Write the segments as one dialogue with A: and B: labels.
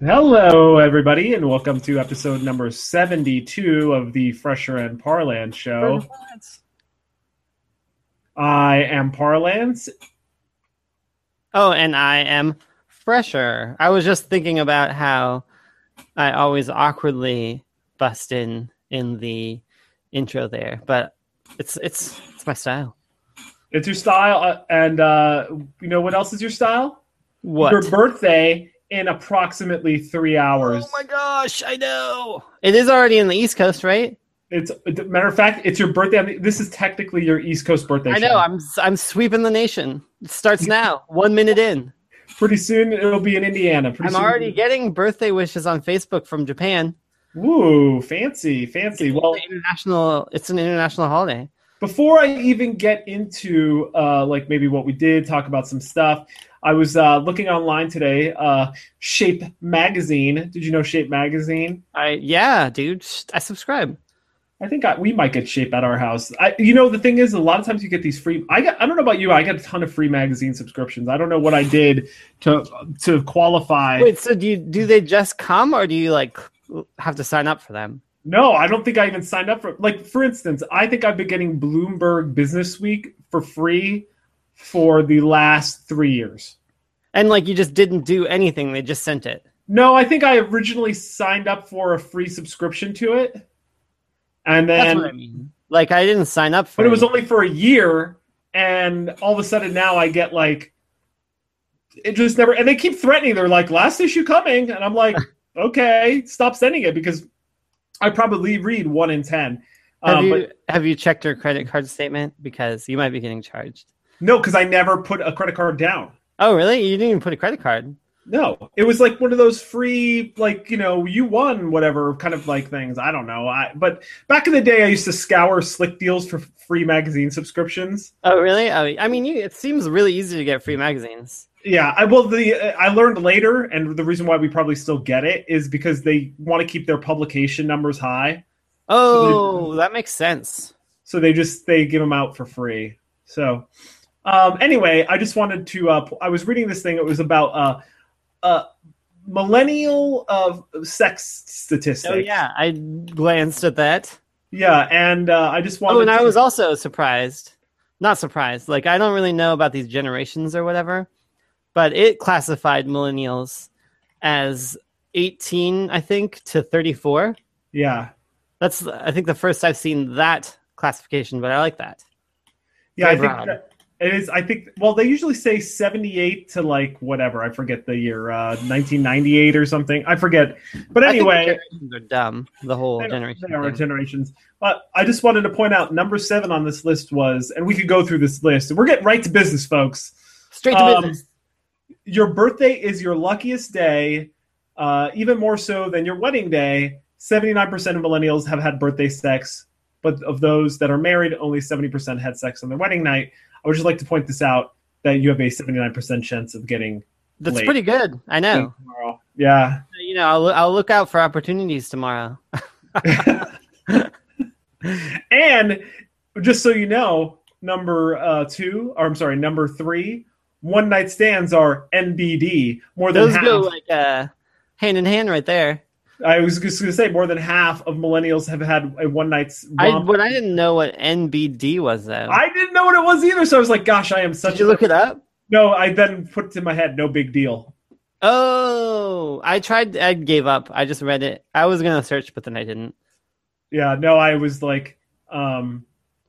A: Hello, everybody, and welcome to episode number 72 of the Fresher and Parlance show. I am Parlance.
B: Oh, and I am fresher. I was just thinking about how I always awkwardly bust in in the intro there, but it's it's it's my style.
A: It's your style, uh, and uh, you know what else is your style?
B: What?
A: Your birthday in approximately three hours.
B: Oh my gosh, I know. It is already in the East Coast, right?
A: It's matter of fact, it's your birthday. I mean, this is technically your East Coast birthday.
B: I
A: show.
B: know. I'm I'm sweeping the nation. It starts now. 1 minute in.
A: Pretty soon it'll be in Indiana. Pretty
B: I'm
A: soon-
B: already getting birthday wishes on Facebook from Japan.
A: Ooh, fancy, fancy. Well,
B: It's an international it's an international holiday.
A: before I even get into uh, like maybe what we did, talk about some stuff. I was uh, looking online today. Uh, Shape magazine. Did you know Shape magazine?
B: I yeah, dude, I subscribe.
A: I think I, we might get Shape at our house. I, you know, the thing is, a lot of times you get these free. I got. I don't know about you. I got a ton of free magazine subscriptions. I don't know what I did to to qualify.
B: Wait, so do you do they just come or do you like have to sign up for them?
A: No, I don't think I even signed up for. Like, for instance, I think I've been getting Bloomberg Business Week for free for the last three years.
B: And like you just didn't do anything, they just sent it.
A: No, I think I originally signed up for a free subscription to it, and
B: That's
A: then
B: what I mean. Like I didn't sign up for
A: but it was
B: it.
A: only for a year, and all of a sudden now I get like it just never. And they keep threatening. They're like, "Last issue coming," and I'm like, "Okay, stop sending it," because I probably read one in ten.
B: Have
A: Um,
B: you
A: but-
B: have you checked your credit card statement? Because you might be getting charged.
A: No, because I never put a credit card down.
B: Oh really? You didn't even put a credit card.
A: No, it was like one of those free, like you know, you won whatever kind of like things. I don't know. I but back in the day, I used to scour slick deals for free magazine subscriptions.
B: Oh really? Oh, I mean, you, it seems really easy to get free magazines.
A: Yeah, I well, the I learned later, and the reason why we probably still get it is because they want to keep their publication numbers high,
B: Oh, that makes sense.
A: so they just they give them out for free. So, um, anyway, I just wanted to. Uh, I was reading this thing. It was about uh, uh, millennial of sex statistics.
B: Oh yeah, I glanced at that.
A: Yeah, and uh, I just wanted.
B: Oh, and I
A: to-
B: was also surprised. Not surprised. Like I don't really know about these generations or whatever, but it classified millennials as 18, I think, to 34.
A: Yeah,
B: That's I think the first I've seen that classification, but I like that.
A: yeah, I
B: Very
A: think
B: broad.
A: that it is. I think. Well, they usually say seventy-eight to like whatever. I forget the year, uh, nineteen ninety-eight or something. I forget. But
B: I think the
A: anyway,
B: generations are dumb. The whole
A: they are-
B: generation.
A: they are
B: thing.
A: generations. But I just wanted to point out number seven on this list was, and we could go through this list. We're getting right to business, folks.
B: Straight to
A: Um,
B: business.
A: Your birthday is your luckiest day, uh, even more so than your wedding day. Seventy-nine percent of millennials have had birthday sex, but of those that are married, only seventy percent had sex on their wedding night. I would just like to point this out that you have a seventy-nine percent chance of getting
B: That's
A: late.
B: pretty good. I
A: Hmm.
B: know.
A: tomorrow. Yeah,
B: You know, I'll, I'll look out for opportunities tomorrow.
A: and just so you know, number uh, two, or I'm sorry, number three, one-night stands are NBD. More than
B: Those
A: half.
B: go like uh, hand in hand right there.
A: I was just going to say more than half of millennials have had a one night.
B: I when I didn't know what NBD was though.
A: I didn't know what it was either, so I was like, "Gosh, I am such."
B: Did you look it up?
A: No, I then put it in my head. No big deal.
B: Oh, I tried. I gave up. I just read it. I was gonna search, but then I didn't.
A: Yeah, no, I was like, um,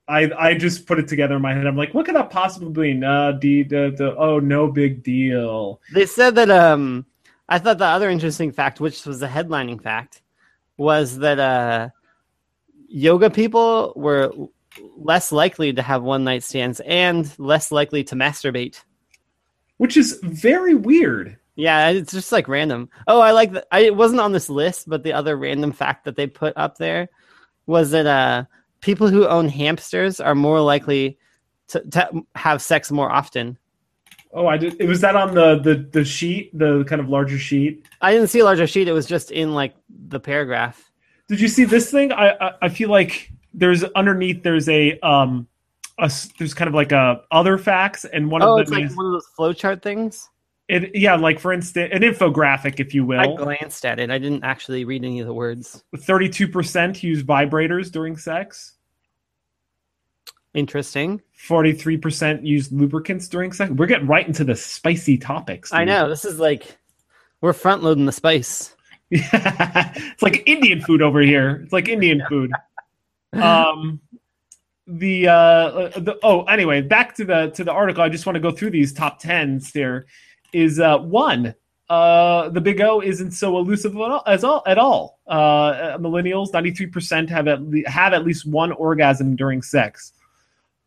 A: I I just put it together in my head. I'm like, what could that possibly mean? Uh, d, d, d, oh, no big deal.
B: They said that. Um, I thought the other interesting fact, which was the headlining fact, was that uh, yoga people were l- less likely to have one night stands and less likely to masturbate.
A: Which is very weird.
B: Yeah, it's just like random. Oh, I like that. I it wasn't on this list, but the other random fact that they put up there was that uh, people who own hamsters are more likely to, to have sex more often.
A: Oh, I did. It was that on the the the sheet, the kind of larger sheet.
B: I didn't see a larger sheet. It was just in like the paragraph.
A: Did you see this thing? I I, I feel like there's underneath there's a um. A, s- there's kind of like a other facts, and one
B: oh,
A: of
B: it's
A: them
B: like
A: is
B: one of those flowchart things.
A: It, yeah, like for instance, an infographic, if you
B: I
A: will.
B: glanced at it. I didn't actually read any of the words.
A: Thirty-two percent use vibrators during sex.
B: Interesting.
A: Forty-three percent use lubricants during sex. We're getting right into the spicy topics.
B: I
A: dude.
B: know. This is like we're front loading the spice.
A: it's like Indian food over here. It's like Indian food. Um, the uh, the oh, anyway, back to the to the article. I just want to go through these top tens. There is uh, one. Uh, the Big O isn't so elusive at all. As all, at all. Uh, Uh, millennials, ninety three percent have at le- have at least one orgasm during sex.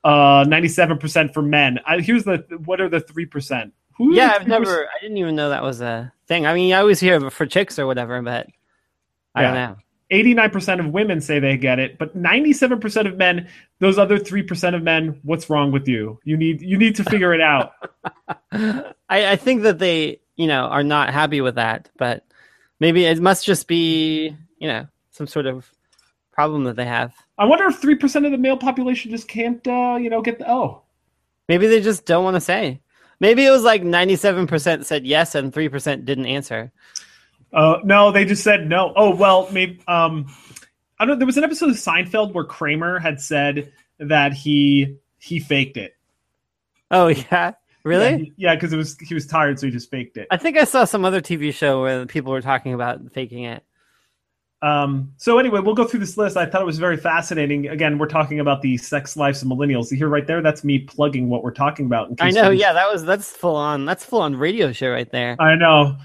A: Ninety seven percent for men. I, here's the what are the three percent?
B: yeah, I've never. I didn't even know that was a thing. I mean, I always hear of it for chicks or whatever, but I don't know.
A: 89% of women say they get it, but 97% of men, those other 3% of men, what's wrong with you? You need you need to figure it out.
B: I, I think that they, you know, are not happy with that, but maybe it must just be, you know, some sort of problem that they have.
A: I wonder if 3% of the male population just can't uh, you know, get the oh.
B: Maybe they just don't want to say. Maybe it was like 97% said yes and 3% didn't answer.
A: Uh, no, they just said no. Oh, well, maybe um I don't know, there was an episode of Seinfeld where Kramer had said that he he faked it.
B: Oh, yeah. Really?
A: Yeah, he- Yeah, because it was he was tired so he just faked it.
B: I think I saw some other TV show where people were talking about faking it.
A: Um, so anyway, we'll go through this list. I thought it was very fascinating. Again, we're talking about the sex lives of millennials. You hear right there, that's me plugging what we're talking about. in
B: I
A: case
B: know,
A: you-
B: yeah, that was that's full on. That's full on radio show right there.
A: I know.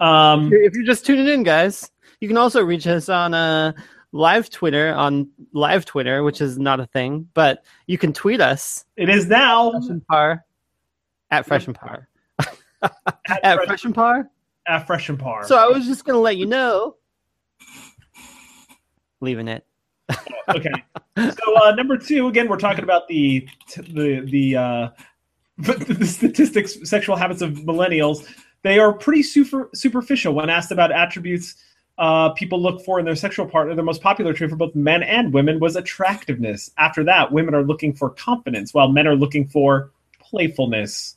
A: Um,
B: if you're just tuning in, guys, you can also reach us on uh, live Twitter on live Twitter, which is not a thing, but you can tweet us
A: it is now
B: Fresh and Par at Fresh and Par
A: at,
B: at
A: fresh,
B: Fresh and Par.
A: at Fresh and Par.
B: So I was just gonna let you know, leaving it.
A: okay. So uh, number two, again, we're talking about the the the, uh, the statistics, sexual habits of millennials. They are pretty super superficial when asked about attributes uh, people look for in their sexual partner. The most popular trait for both men and women was attractiveness. After that, women are looking for confidence, while men are looking for playfulness.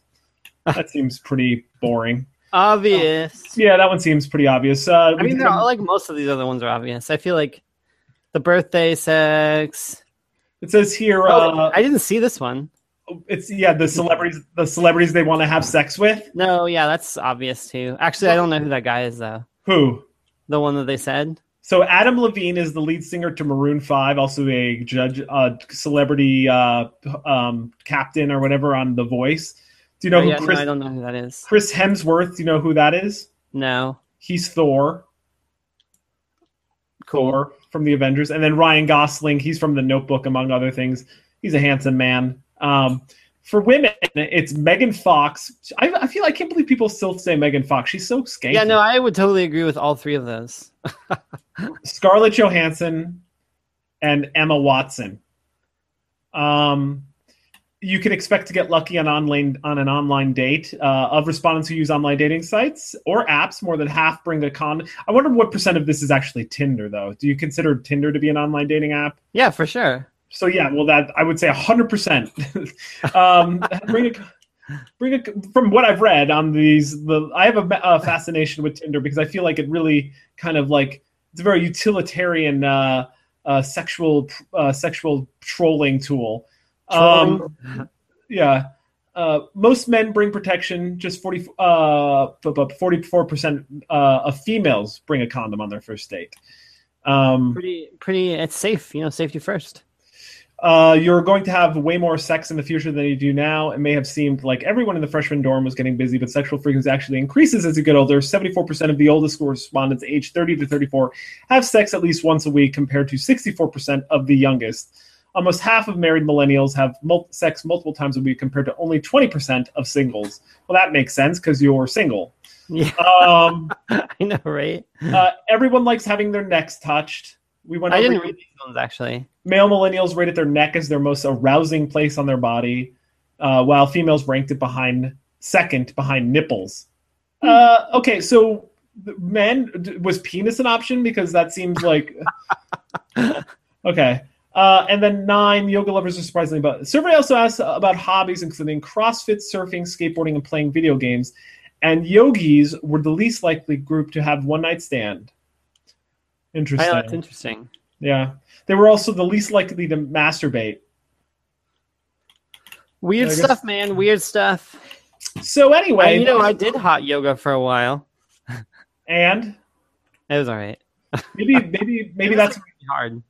A: That seems pretty boring.
B: Obvious.
A: Yeah, that one seems pretty obvious. Uh,
B: I mean, they're all, like most of these other ones are obvious. I feel like the birthday sex.
A: it says here.
B: Oh,
A: Uh,
B: I didn't see this one.
A: it's yeah, the celebrities, the celebrities they want to have sex with.
B: No, yeah, that's obvious too. Actually, I don't know who that guy is though.
A: Who?
B: The one that they said.
A: So Adam Levine is the lead singer to Maroon Five, also a judge, uh, celebrity uh, um, captain or whatever on The Voice. Do you know
B: Oh,
A: who
B: yeah,
A: Chris
B: no, I don't know who that is.
A: Chris Hemsworth? Do you know who that is?
B: No.
A: He's Thor. Thor from the Avengers, and then Ryan Gosling. He's from The Notebook, among other things. He's a handsome man. Um, for women, it's Megan Fox. I, I feel I can't believe people still say Megan Fox. She's so skanky.
B: Yeah, no, I would totally agree with all three of those.
A: Scarlett Johansson and Emma Watson. Um, you can expect to get lucky on online on an online date. Uh, of respondents who use online dating sites or apps, more than half bring a con. I wonder what percent of this is actually Tinder, though. Do you consider Tinder to be an online dating app?
B: Yeah, for sure.
A: So yeah, well, that I would say hundred percent. Um, bring a, bring a, from what I've read on these, the I have a, ma- a fascination with Tinder because I feel like it really kind of like it's a very utilitarian uh, uh, sexual uh, sexual trolling tool. Um,
B: Trolling.
A: yeah. Uh, most men bring protection. Just 40, uh, about 44% uh, of females bring a condom on their first date. Um,
B: pretty pretty it's safe, you know, safety first.
A: uh, you're going to have way more sex in the future than you do now. It may have seemed like everyone in the freshman dorm was getting busy, but sexual frequency actually increases as you get older. 74% of the oldest respondents aged 30 to 34 have sex at least once a week, compared to 64% of the youngest. Almost half of married millennials have mul- sex multiple times a week, compared to only 20% of singles. Well, that makes sense because you're single.
B: Yeah,
A: Um,
B: I know, right?
A: uh, everyone likes having their necks touched. We went.
B: I
A: over-
B: didn't read these ones actually.
A: male millennials rated their neck as their most arousing place on their body, uh, while females ranked it behind second behind nipples. Uh, okay, so th- men d- was penis an option because that seems like okay. Uh, and then nine yoga lovers are surprisingly about. Survey also asked about hobbies, including CrossFit, surfing, skateboarding, and playing video games. and yogis were the least likely group to have one night stand.
B: I
A: Interesting.
B: know, that's interesting.
A: yeah, they were also the least likely to masturbate.
B: Weird
A: I guess-
B: stuff, man. Weird stuff.
A: So
B: I,
A: anyway,
B: you know, I did hot yoga for a while.
A: and
B: It was all right.
A: maybe maybe maybe
B: was
A: that's.
B: Pretty hard.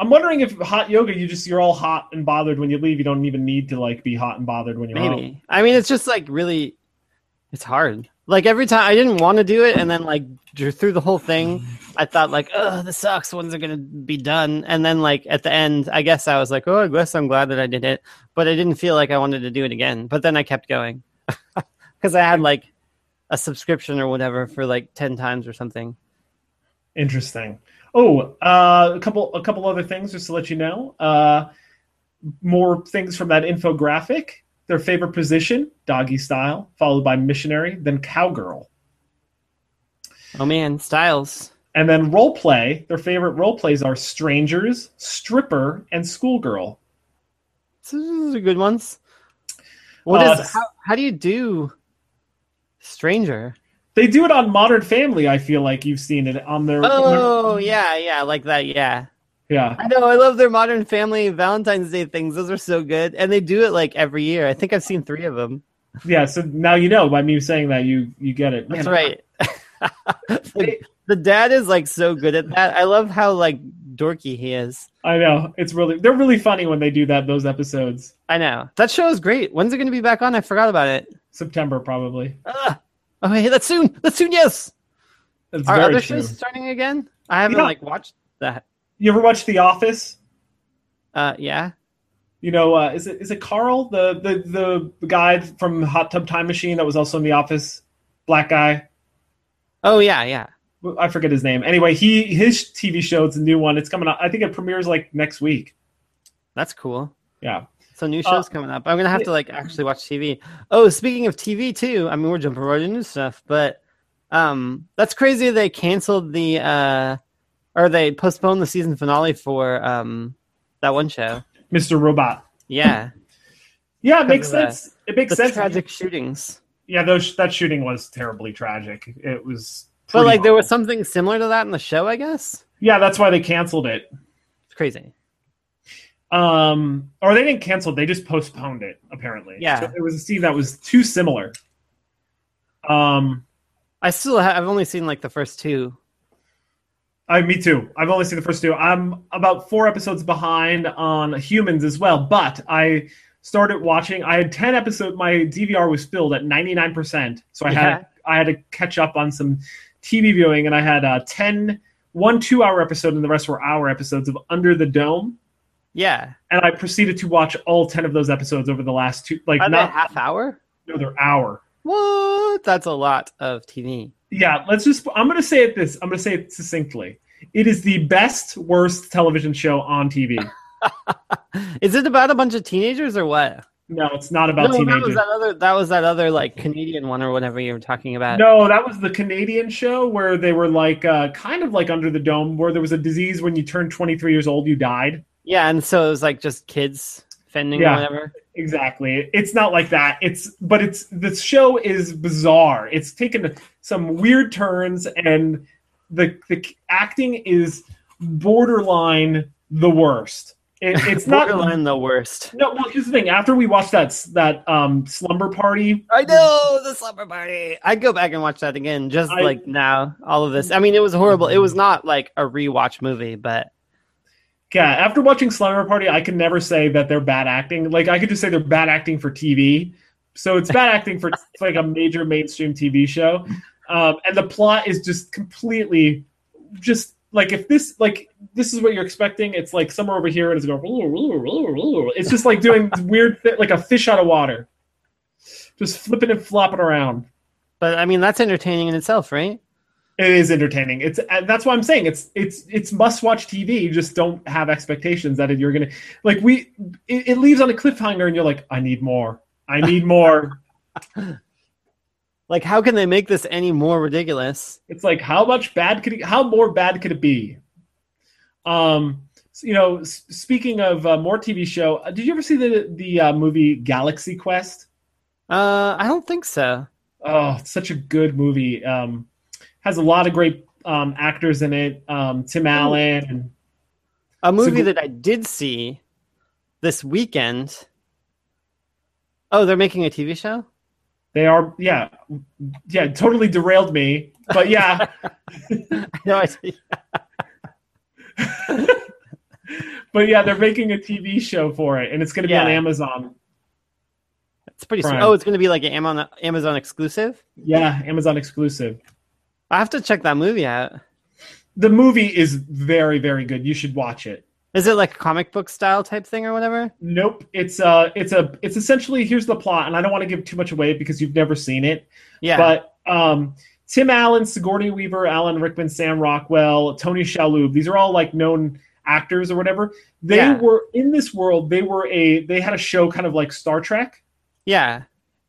A: I'm wondering if hot yoga, you just you're all hot and bothered when you leave. You don't even need to like be hot and bothered when you're home.
B: Maybe. I mean, it's just like really, it's hard. Like every time I didn't want to do it, and then like dr- through the whole thing, I thought like, oh, this sucks. When's it gonna be done? And then like at the end, I guess I was like, oh, I guess I'm glad that I did it, but I didn't feel like I wanted to do it again. But then I kept going because I had like a subscription or whatever for like ten times or something.
A: Interesting. Oh, uh, a couple a couple other things just to let you know. Uh, more things from that infographic. Their favorite position, doggy style, followed by missionary, then cowgirl,
B: Oh man, Styles.
A: and then role play. Their favorite role plays are strangers, stripper, and schoolgirl.
B: So those are good ones. What is
A: Uh,
B: how, how do you do stranger?
A: They do it on Modern Family. I feel like you've seen it on their.
B: Oh yeah, yeah, like that, yeah.
A: yeah.
B: I know, I love their Modern Family Valentine's Day things. Those are so good, and they do it like every year. I think I've seen three of them.
A: Yeah, so now you know by me saying that you you get it.
B: That's
A: Man,
B: right. the, the dad is like so good at that. I love how like dorky he is.
A: I know. It's really they're really funny when they do that those episodes.
B: I know that show is great. When's it going to be back on? I forgot about it.
A: September probably.
B: Ugh. Oh, hey, that's soon. That's soon. Yes.
A: That's
B: Are
A: very
B: other
A: true.
B: shows starting again? I haven't
A: Yeah.
B: like watched that.
A: You ever watch The Office?
B: Uh, yeah.
A: You know, uh, is it is it Carl, the the the guy from Hot Tub Time Machine that was also in The Office, black guy?
B: Oh yeah, yeah.
A: I forget his name. Anyway, he his TV show. It's a new one. It's coming out. I think it premieres like next week.
B: That's cool.
A: Yeah.
B: So new
A: Uh,
B: shows coming up. I'm gonna have to like actually watch TV. Oh, speaking of TV too, I mean we're jumping right into stuff, but um, that's crazy. They canceled the uh, or they postponed the season finale for um that one show.
A: Mr. Robot.
B: Yeah,
A: Yeah, it makes
B: of that.
A: sense. It makes
B: the
A: sense.
B: tragic shootings.
A: Yeah, those that shooting was terribly tragic. It was.
B: But
A: pretty
B: like there was
A: awful.
B: something similar to that in the show, I guess.
A: Yeah, that's why they canceled it.
B: It's crazy.
A: um or they didn't cancel they just postponed it apparently
B: Yeah.
A: So it was a scene that was too similar um
B: I still ha- I've only seen like the first two.
A: i Uh, me too i've only seen the first two i'm about four episodes behind on humans as well but i started watching i had 10 episodes my dvr was filled at 99% so i had i had to catch up on some tv viewing and i had uh 10 one two hour episode and the rest were hour episodes of under the dome
B: Yeah,
A: and i proceeded to watch all 10 of those episodes over the last two like
B: are they
A: not
B: half hour?
A: another hour
B: What? That's a lot of TV.
A: yeah let's just i'm gonna say it this i'm gonna say it succinctly it is the best worst television show on tv
B: Is it about a bunch of teenagers or what?
A: no it's not about
B: no, that was
A: teenagers
B: that other that was that other like Canadian one or whatever you were talking about.
A: no that was the canadian show where they were like uh, kind of like under the dome where there was a disease when you turned 23 years old you died
B: Yeah, and so it was like just kids fending
A: Yeah.
B: or whatever.
A: exactly it's not like that it's but it's the show is bizarre it's taken some weird turns and the the acting is borderline the worst it, it's not
B: Borderline the worst.
A: No, well, here's the thing. After we watched that that um, slumber party,
B: I know the slumber party. I'd go back and watch that again, just
A: I-
B: like now. All of this. I mean, it was horrible. It was not like a rewatch movie, but
A: yeah, after watching slumber party, I can never say that they're bad acting. Like I could just say they're bad acting for TV. So it's bad acting for it's like a major mainstream TV show, um, and the plot is just completely, just like if this like this is what you're expecting, it's like somewhere over here and it's going. It's just like doing weird thi- like a fish out of water, just flipping and flopping around.
B: but I mean that's entertaining in itself, right?
A: It is entertaining. It's and that's why I'm saying it's it's it's must watch TV. You just don't have expectations that you're gonna like we. It, it leaves on a cliffhanger, and you're like, I need more. I need more.
B: Like how can they make this any more ridiculous?
A: it's like how much bad could it, how more bad could it be? Um, s- you know, s- speaking of uh, more TV show, uh, did you ever see the the uh, movie Galaxy Quest?
B: Uh, I don't think so.
A: oh, it's such a good movie. Um, has a lot of great um, actors in it. Um, Tim Allen. And,
B: A movie
A: good-
B: that I did see this weekend. Oh, they're making a TV show?
A: they are, yeah, yeah, totally derailed me. But yeah,
B: no, I see.
A: but yeah, they're making a TV show for it, and it's going to be on
B: Yeah.
A: Amazon.
B: It's pretty soon.
A: Prime.
B: Oh, it's going to be like an Amazon, Amazon exclusive?
A: Yeah, Amazon exclusive.
B: I have to check that movie out.
A: The movie is very, very good. You should watch it.
B: Is it like a comic book style type thing or whatever?
A: Nope, it's uh it's a, it's essentially here's the plot, and I don't want to give too much away because you've never seen it.
B: Yeah.
A: But um, Tim Allen, Sigourney Weaver, Alan Rickman, Sam Rockwell, Tony Shalhoub, these are all like known actors or whatever. They
B: Yeah.
A: were in this world. They were a they had a show kind of like Star Trek,
B: yeah.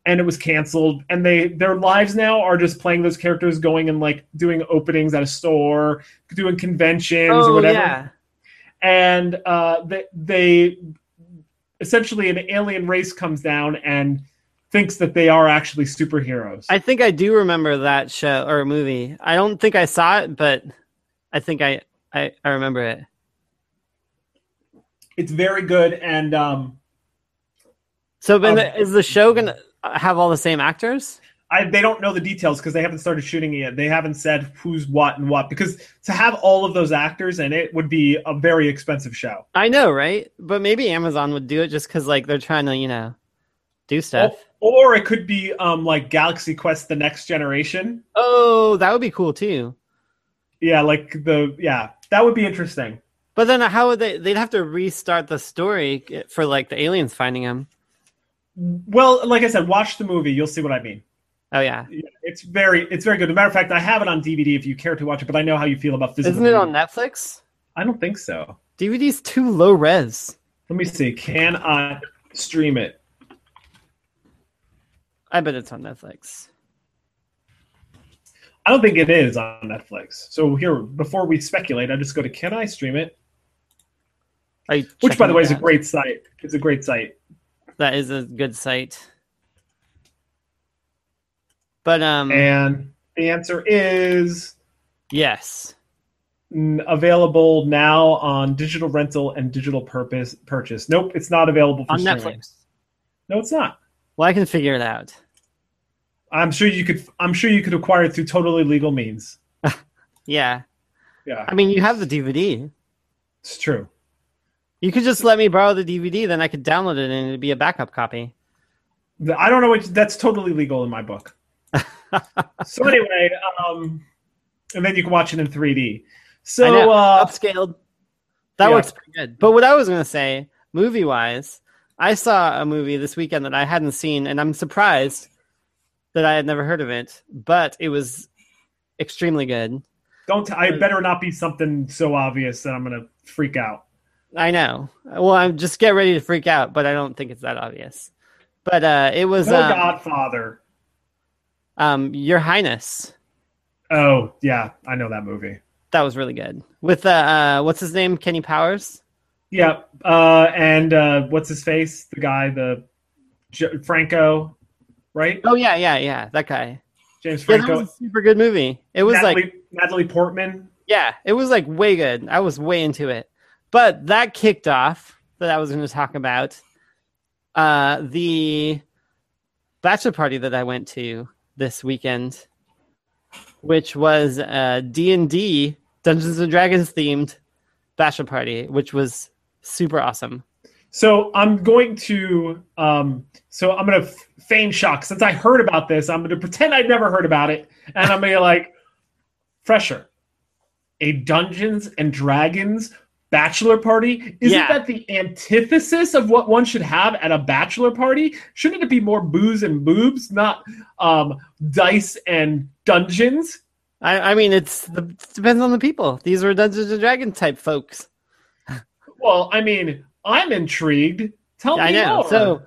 A: and it was canceled. And they their lives now are just playing those characters, going and like doing openings at a store, doing conventions or
B: Oh,
A: whatever
B: yeah.
A: and uh, they, they essentially an alien race comes down and thinks that they are actually superheroes.
B: I think I do remember that show or movie. I don't think I saw it, but I think I, I, I remember it.
A: it's very good, and um,
B: So, Ben,
A: Um,
B: is the show going to have all the same actors?
A: I, they don't know the details because they haven't started shooting it yet. They haven't said who's what and what because to have all of those actors in it would be a very expensive show.
B: I know, right? But maybe Amazon would do it just because, like, they're trying to, you know, do stuff.
A: Or it could be um, like Galaxy Quest: The Next Generation.
B: Oh, that would be cool too.
A: Yeah, like the yeah, that would be interesting.
B: But then, how would they? They'd have to restart the story for like the aliens finding him.
A: Well, like I said, watch the movie. You'll see what I mean.
B: Oh yeah,
A: It's very, it's very good. As a matter of fact, I have it on DVD if you care to watch it. But I know how you feel about physical.
B: isn't it on
A: media.
B: Netflix?
A: I don't think so.
B: DVD's too low res.
A: Let me see. Can I stream it?
B: I bet it's on Netflix.
A: I don't think it is on Netflix. So here, before we speculate, I just go to Can I stream it?
B: Are you
A: Which, by
B: checking
A: the way, is a
B: that?
A: great site. It's a great site.
B: That is a good site. But um,
A: And the answer is
B: yes,
A: mm, available now on digital rental and digital purpose purchase. Nope, it's not available for
B: on
A: streaming.
B: Netflix.
A: No, it's not.
B: Well, I can figure it out.
A: I'm sure you could. I'm sure you could acquire it through totally legal means.
B: Yeah,
A: Yeah,
B: I mean, you have the DVD.
A: it's true.
B: You could just let me borrow the DVD, then I could download it, and it'd be a backup copy.
A: The- I don't know what that's totally legal in my book. so anyway, um, and then you can watch it in 3D.
B: I
A: So
B: know.
A: uh,
B: upscaled. That
A: Yeah.
B: works pretty good. But what I was going to say, movie wise, I saw a movie this weekend that I hadn't seen, and I'm surprised that I had never heard of it, but it was extremely good.
A: don't I better not be something so obvious that I'm gonna freak out.
B: I know. Well, I'm just get ready to freak out, but I don't think it's that obvious. But uh, it was
A: No
B: um,
A: Oh, Godfather.
B: um, Your Highness.
A: Oh yeah, I know that movie.
B: That was really good. With uh, uh, what's his name? Kenny Powers.
A: Yeah, uh, and uh, what's his face? The guy, the J- Franco, right?
B: Oh yeah, yeah, yeah. That guy.
A: James
B: Yeah, that
A: Franco.
B: was a super good movie. It was like
A: Natalie, Natalie Portman.
B: Yeah, it was like way good. I was way into it. But that kicked off that I was going to talk about uh, the bachelor party that I went to this weekend, which was D and D Dungeons and Dragons themed bachelor party, which was super awesome.
A: So I'm going to um, so I'm going to feign shock since I heard about this. I'm going to pretend I'd never heard about it, and I'm going to like fresher a Dungeons and Dragons bachelor party. Isn't
B: Yeah.
A: that the antithesis of what one should have at a bachelor party? Shouldn't it be more booze and boobs, not um, dice and dungeons?
B: I, I mean, it's the, it depends on the people. These were Dungeons and Dragons type folks.
A: Well, I mean, I'm intrigued. Tell
B: I
A: me
B: know.
A: more.
B: So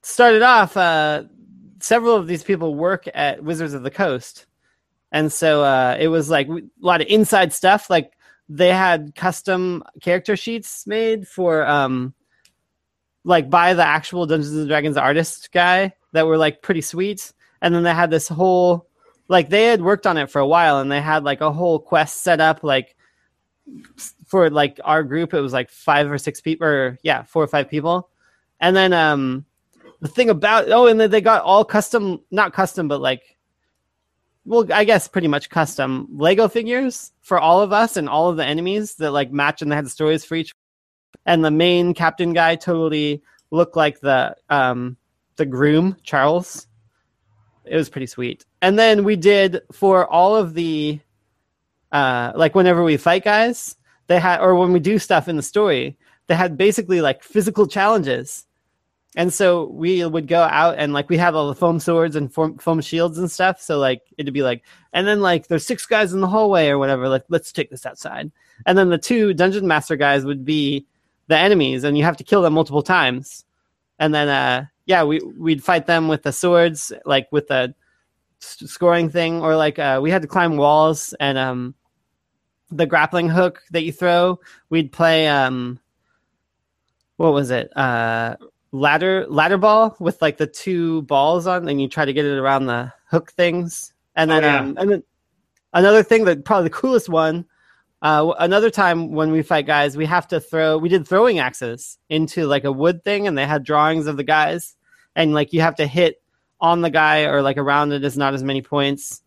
B: started off, uh, several of these people work at Wizards of the Coast, and so uh, it was like a lot of inside stuff. Like they had custom character sheets made for, um, like by the actual Dungeons and Dragons artist guy that were like pretty sweet. And then they had this whole like they had worked on it for a while and they had like a whole quest set up like for like our group it was like five or six people or yeah, four or five people. And then um the thing about oh and then they got all custom not custom but like well I guess pretty much custom Lego figures for all of us and all of the enemies that like match and they had stories for each and the main captain guy totally looked like the um the groom Charles. It was pretty sweet. And then we did for all of the uh like whenever we fight guys, they had or when we do stuff in the story, they had basically like physical challenges. And so we would go out and like we have all the foam swords and foam, foam shields and stuff. So like it'd be like, and then like there's six guys in the hallway or whatever. Like let's take this outside. And then the two dungeon master guys would be the enemies, and you have to kill them multiple times. And then uh yeah, we we'd fight them with the swords, like with the s- scoring thing, or like uh, we had to climb walls and um the grappling hook that you throw. We'd play um what was it uh ladder ladder ball with like the two balls on and you try to get it around the hook things and then
A: Oh, yeah.
B: um, and then another thing that probably the coolest one uh, w- another time when we fight guys we have to throw we did throwing axes into like a wood thing and they had drawings of the guys and like you have to hit on the guy or like around it is not as many points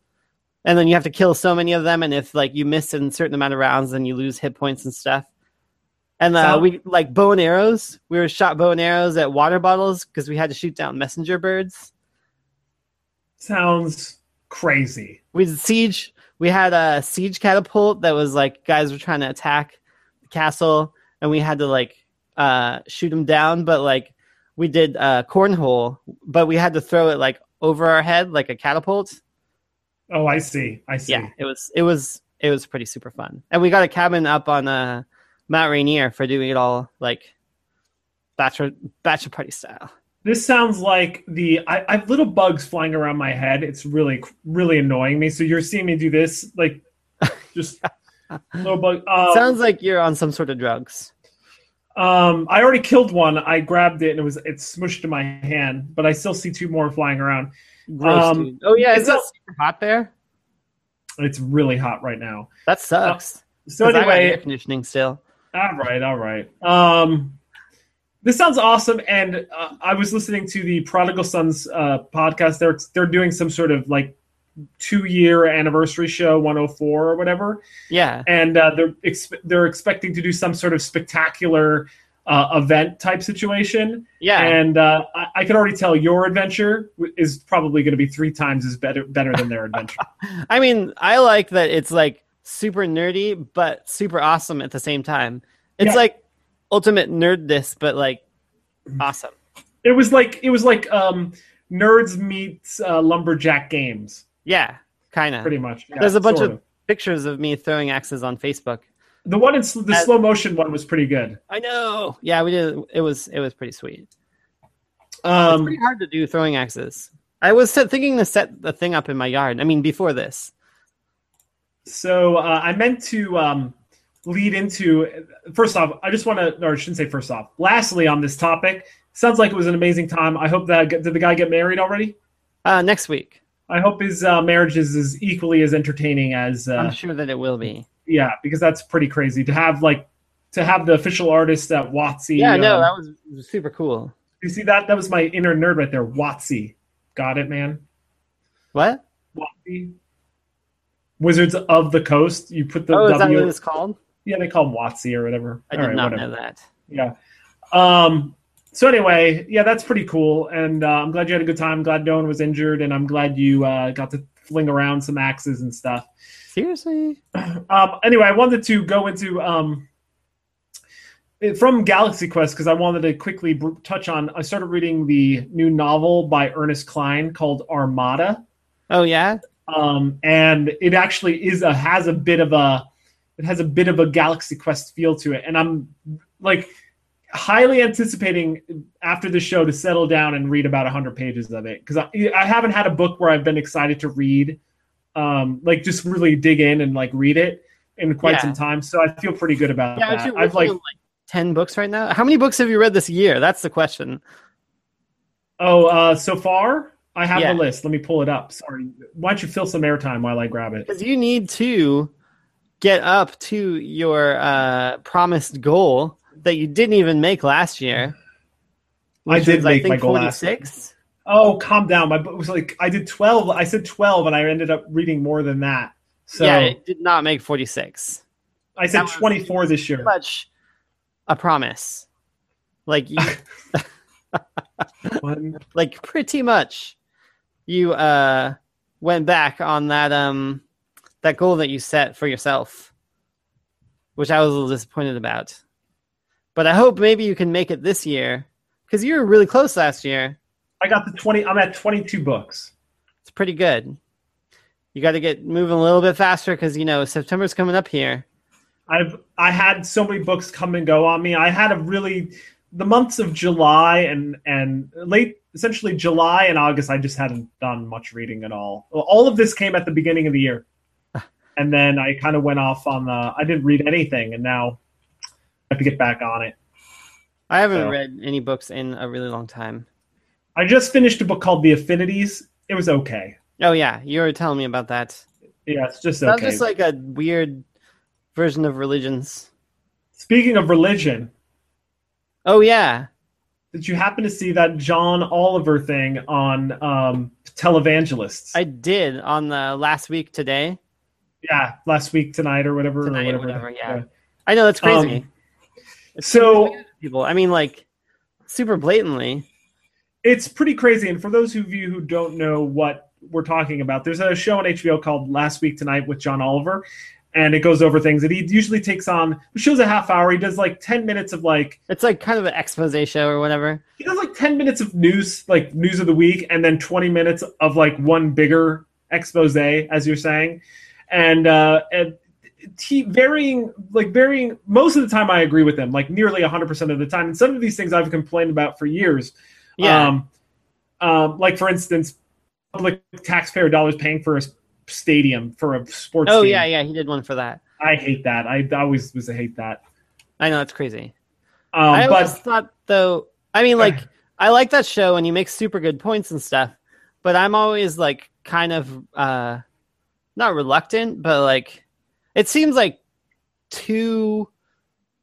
B: and then you have to kill so many of them and if like you miss in a certain amount of rounds then you lose hit points and stuff and uh,
A: Sound-
B: we like bow and arrows. We were shot bow and arrows at water bottles because we had to shoot down messenger birds.
A: Sounds crazy.
B: We did siege. We had a siege catapult that was like guys were trying to attack the castle, and we had to like uh, shoot them down. But like we did uh, cornhole, but we had to throw it like over our head like a catapult.
A: Oh, I see. I see.
B: Yeah, it was it was it was pretty super fun. And we got a cabin up on uh, Mount Rainier for doing it all like bachelor bachelor party style.
A: This sounds like the I, I have little bugs flying around my head. It's really really annoying me. So you're seeing me do this like just little bug. Um,
B: Sounds like you're on some sort of drugs.
A: um, I already killed one. I grabbed it and it was it smushed in my hand, but I still see two more flying around.
B: Gross,
A: Um,
B: dude. Oh yeah,
A: it's
B: is that
A: not-
B: super hot there?
A: It's really hot right now.
B: That
A: Um,
B: sucks.
A: So
B: 'Cause I got
A: anyway,
B: air conditioning still.
A: All right, all right. Um, this sounds awesome, and uh, I was listening to the Prodigal Sons uh, podcast. They're they're doing some sort of like two year anniversary show, 104 or whatever,
B: Yeah,
A: and uh, they're exp- they're expecting to do some sort of spectacular uh, event type situation.
B: yeah.
A: And uh, I, I can already tell your adventure w- is probably going to be three times as better better than their adventure.
B: I mean, I like that it's like super nerdy but super awesome at the same time. It's
A: Yeah.
B: like ultimate nerdness, but like
A: Mm.
B: awesome.
A: it was like it was like um, nerds meets uh, lumberjack games,
B: Yeah, kind of.
A: pretty much. Yeah,
B: There's a bunch
A: sort
B: of Pictures of me throwing axes on Facebook.
A: The one in sl- the
B: As-
A: slow motion one was pretty good.
B: I know. Yeah, we did. It was it was pretty sweet. it's
A: Um,
B: pretty hard to do throwing axes. I was set, thinking to set the thing up in my yard. I mean, before this.
A: so uh, I meant to um, lead into first off, I just want to, or I shouldn't say first off. Lastly, on this topic, sounds like it was an amazing time. I hope that did the guy get married already?
B: Uh, next week,
A: I hope his uh, marriage is as equally as entertaining as uh,
B: I'm sure that it will be.
A: yeah, because that's pretty crazy to have like to have the official artist at Watsy.
B: Yeah, no,
A: um,
B: that was was super cool.
A: you see that that was my inner nerd right there. Watsy, got it, man.
B: What?
A: Watsy. Wizards of the Coast. You put the
B: oh, is that
A: W.
B: what it's called?
A: Yeah, they call him Watsy or whatever.
B: I
A: All
B: did
A: right,
B: not
A: whatever.
B: know that.
A: Yeah. Um, so anyway, yeah, that's pretty cool, and uh, I'm glad you had a good time. Glad no one was injured, and I'm glad you uh, got to fling around some axes and stuff.
B: Seriously?
A: Um, anyway, I wanted to go into um, it- from Galaxy Quest because I wanted to quickly br- touch on. I started reading the new novel by Ernest Klein called Armada
B: Oh yeah.
A: um, and it actually is a has a bit of a it has a bit of a Galaxy Quest feel to it, and I'm like highly anticipating after the show to settle down and read about 100 pages of it because I, I haven't had a book where I've been excited to read um, like just really dig in and like read it in quite
B: Yeah.
A: some time so I feel pretty good about
B: Yeah,
A: that.
B: actually,
A: I've like
B: ten books right now. How many books have you read this year? That's the question.
A: oh uh, so far I have
B: Yeah.
A: the list. Let me pull it up. Sorry. Why don't you fill some airtime while I grab it?
B: Because you need to get up to your uh, promised goal that you didn't even make last year.
A: I
B: which
A: did
B: was,
A: make my goal last-
B: 46.
A: Oh, calm down. My book was like I did twelve. I said twelve, and I ended up reading more than that. So
B: yeah, it did not make 46.
A: I said
B: that was-
A: twenty four this year.
B: Pretty much a promise. Like you,
A: One,
B: like pretty much you uh went back on that um that goal that you set for yourself which i was a little disappointed about but i hope maybe you can make it this year because you were really close last year
A: I got the twenty. I'm at twenty two books.
B: it's pretty good you got to get moving a little bit faster because you know september's coming up here
A: I've I had so many books come and go on me. I had a really the months of July and and late essentially July and August. I just hadn't done much reading at all. All of this came at the beginning of the year, and then I kind of went off on the. I didn't read anything, and now I have to get back on it.
B: i haven't
A: So-
B: read any books in a really long time
A: I just finished a book called The Affinities. It was okay.
B: oh yeah you were telling me about that
A: Yeah, it's just
B: Sounds
A: okay.
B: just like a weird version of religions
A: Speaking of religion,
B: oh yeah
A: did you happen to see that John Oliver thing on um, televangelists?
B: I did on the last week today.
A: yeah, last week tonight or whatever.
B: Tonight
A: or
B: or
A: whatever.
B: whatever, yeah. I know that's crazy.
A: Um, So
B: people, I mean, like super blatantly.
A: it's pretty crazy. And for those of you who don't know what we're talking about, there's a show on HBO called Last Week Tonight with John Oliver, and it goes over things. And he usually takes on the show's a half hour. He does like ten minutes of like
B: It's like kind of an expose show or whatever.
A: he does like 10 minutes of news like news of the week and then 20 minutes of like one bigger expose as you're saying and uh and he varying like varying most of the time i agree with him like nearly 100% of the time and some of these things i've complained about for years
B: Yeah,
A: um, um like for instance public taxpayer dollars paying for a s- stadium for a sports
B: Oh
A: team.
B: yeah, yeah. He did one for that.
A: i hate that i, I always was hate that
B: I know that's crazy.
A: um
B: I
A: but
B: always thought though. I mean, like I like that show and he makes super good points and stuff. But I'm always like kind of uh not reluctant, but like it seems like too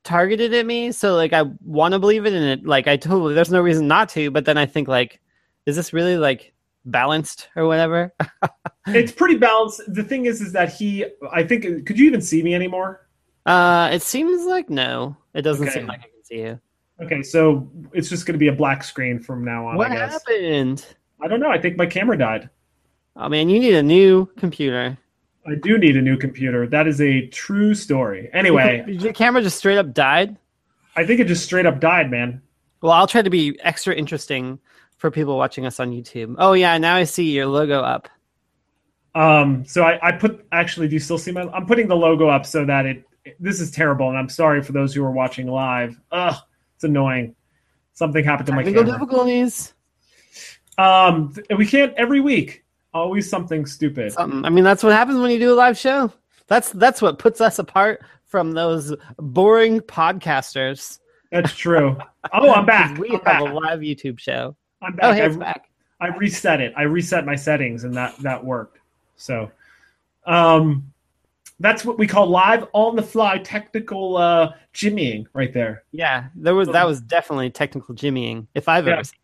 B: targeted at me. So like I want to believe it, and it like I totally there's no reason not to. But then I think like, is this really like balanced or whatever?
A: it's pretty balanced. The thing is, is that he, I think, could you even see me anymore?
B: Uh, it seems like no. It doesn't
A: Okay.
B: seem like I can see you.
A: Okay, so it's just going to be a black screen from now on.
B: what
A: I guess.
B: happened?
A: I don't know. I think my camera died.
B: Oh man, you need a new computer.
A: I do need a new computer. That is a true story. Anyway,
B: Your camera just straight up died.
A: I think it just straight up died, man.
B: Well, I'll try to be extra interesting for people watching us on YouTube. Oh yeah, now I see your logo up.
A: Um, so I, I put actually, do you still see my? I'm putting the logo up so that it. This is terrible, and I'm sorry for those who are watching live. Ugh, it's annoying. Something happened to Oh my
B: Technical
A: camera.
B: difficulties.
A: Um, th- we can't every week. Always something stupid.
B: Something. I mean, that's what happens when you do a live show. That's that's what puts us apart from those boring podcasters.
A: That's true. Oh, I'm back.
B: We
A: I'm
B: have
A: back.
B: a live YouTube show.
A: I'm
B: Oh,
A: back.
B: hey, it's
A: I,
B: back.
A: I reset it. I reset my settings, and that that worked. So, um, that's what we call live on the fly technical uh jimmying right there.
B: Yeah, there was that was definitely technical jimmying. If I've
A: Yeah.
B: ever seen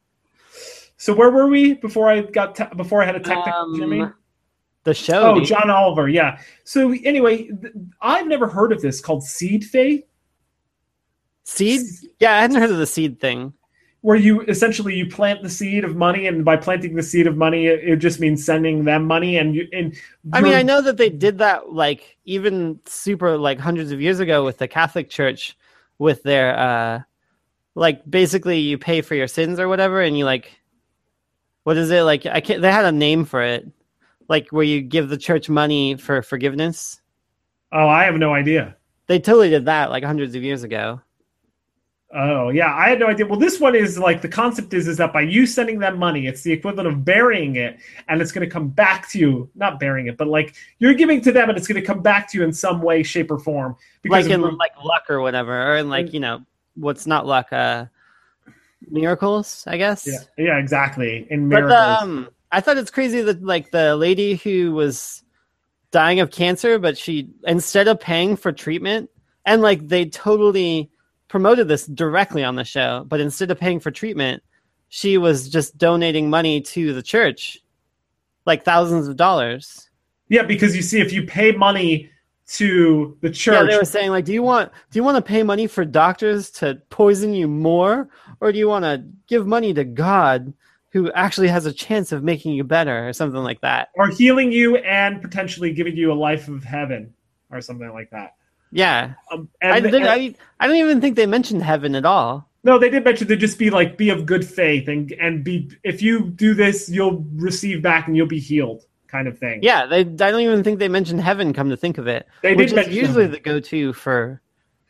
A: So where were we before I got te- before I had a technical
B: Um,
A: jimmy?
B: the show.
A: Oh,
B: dude.
A: John Oliver. Yeah. So anyway, th- I've never heard of this called seed faith,
B: seed. Yeah, I hadn't heard of the seed thing.
A: where you essentially you plant the seed of money, and by planting the seed of money, it, it just means sending them money, and you and
B: I mean,
A: you're-
B: I know that they did that like even super like hundreds of years ago with the Catholic Church with their uh like basically you pay for your sins or whatever and you like what is it like I can't they had a name for it like where you give the church money for forgiveness.
A: Oh, I have no idea.
B: They totally did that like hundreds of years ago.
A: Oh, yeah, I had no idea. Well, this one is like the concept is is that by you sending them money, it's the equivalent of burying it, and it's going to come back to you. Not burying it, but like you're giving to them, and it's going to come back to you in some way, shape, or form.
B: Like in
A: of-
B: like luck or whatever or in like, you know, what's not luck uh miracles, I guess.
A: yeah, yeah, exactly. In
B: But
A: miracles,
B: the, um, I thought it's crazy that like the lady who was dying of cancer, but she instead of paying for treatment, and like they totally promoted this directly on the show, but instead of paying for treatment, she was just donating money to the church, like thousands of dollars.
A: Yeah, because you see, if you pay money to the
B: Yeah,
A: church,
B: they were saying like, do you want do you want to pay money for doctors to poison you more, or do you want to give money to God, who actually has a chance of making you better, or something like that?
A: are healing you and potentially giving you a life of heaven or something like that.
B: Yeah,
A: Um,
B: I,
A: and,
B: didn't,
A: and-
B: I I don't even think they mentioned heaven at all.
A: no, they did mention to just be like, be of good faith and and be if you do this, you'll receive back and you'll be healed, kind of thing.
B: Yeah, they I don't even think they mentioned heaven. Come to think of it,
A: they
B: which
A: did
B: is
A: mention
B: usually the go-to for,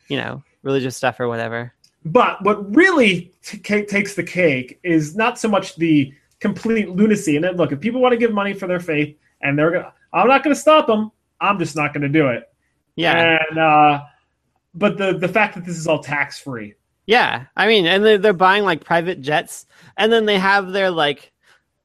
B: you know, religious stuff or whatever.
A: But what really t- ca- takes the cake is not so much the complete lunacy. And then, look, if people want to give money for their faith, and they're gonna, I'm not going to stop them. I'm just not going to do it.
B: Yeah,
A: And uh, but the the fact that this is all tax free.
B: yeah. I mean, and they're, they're buying like private jets, and then they have their like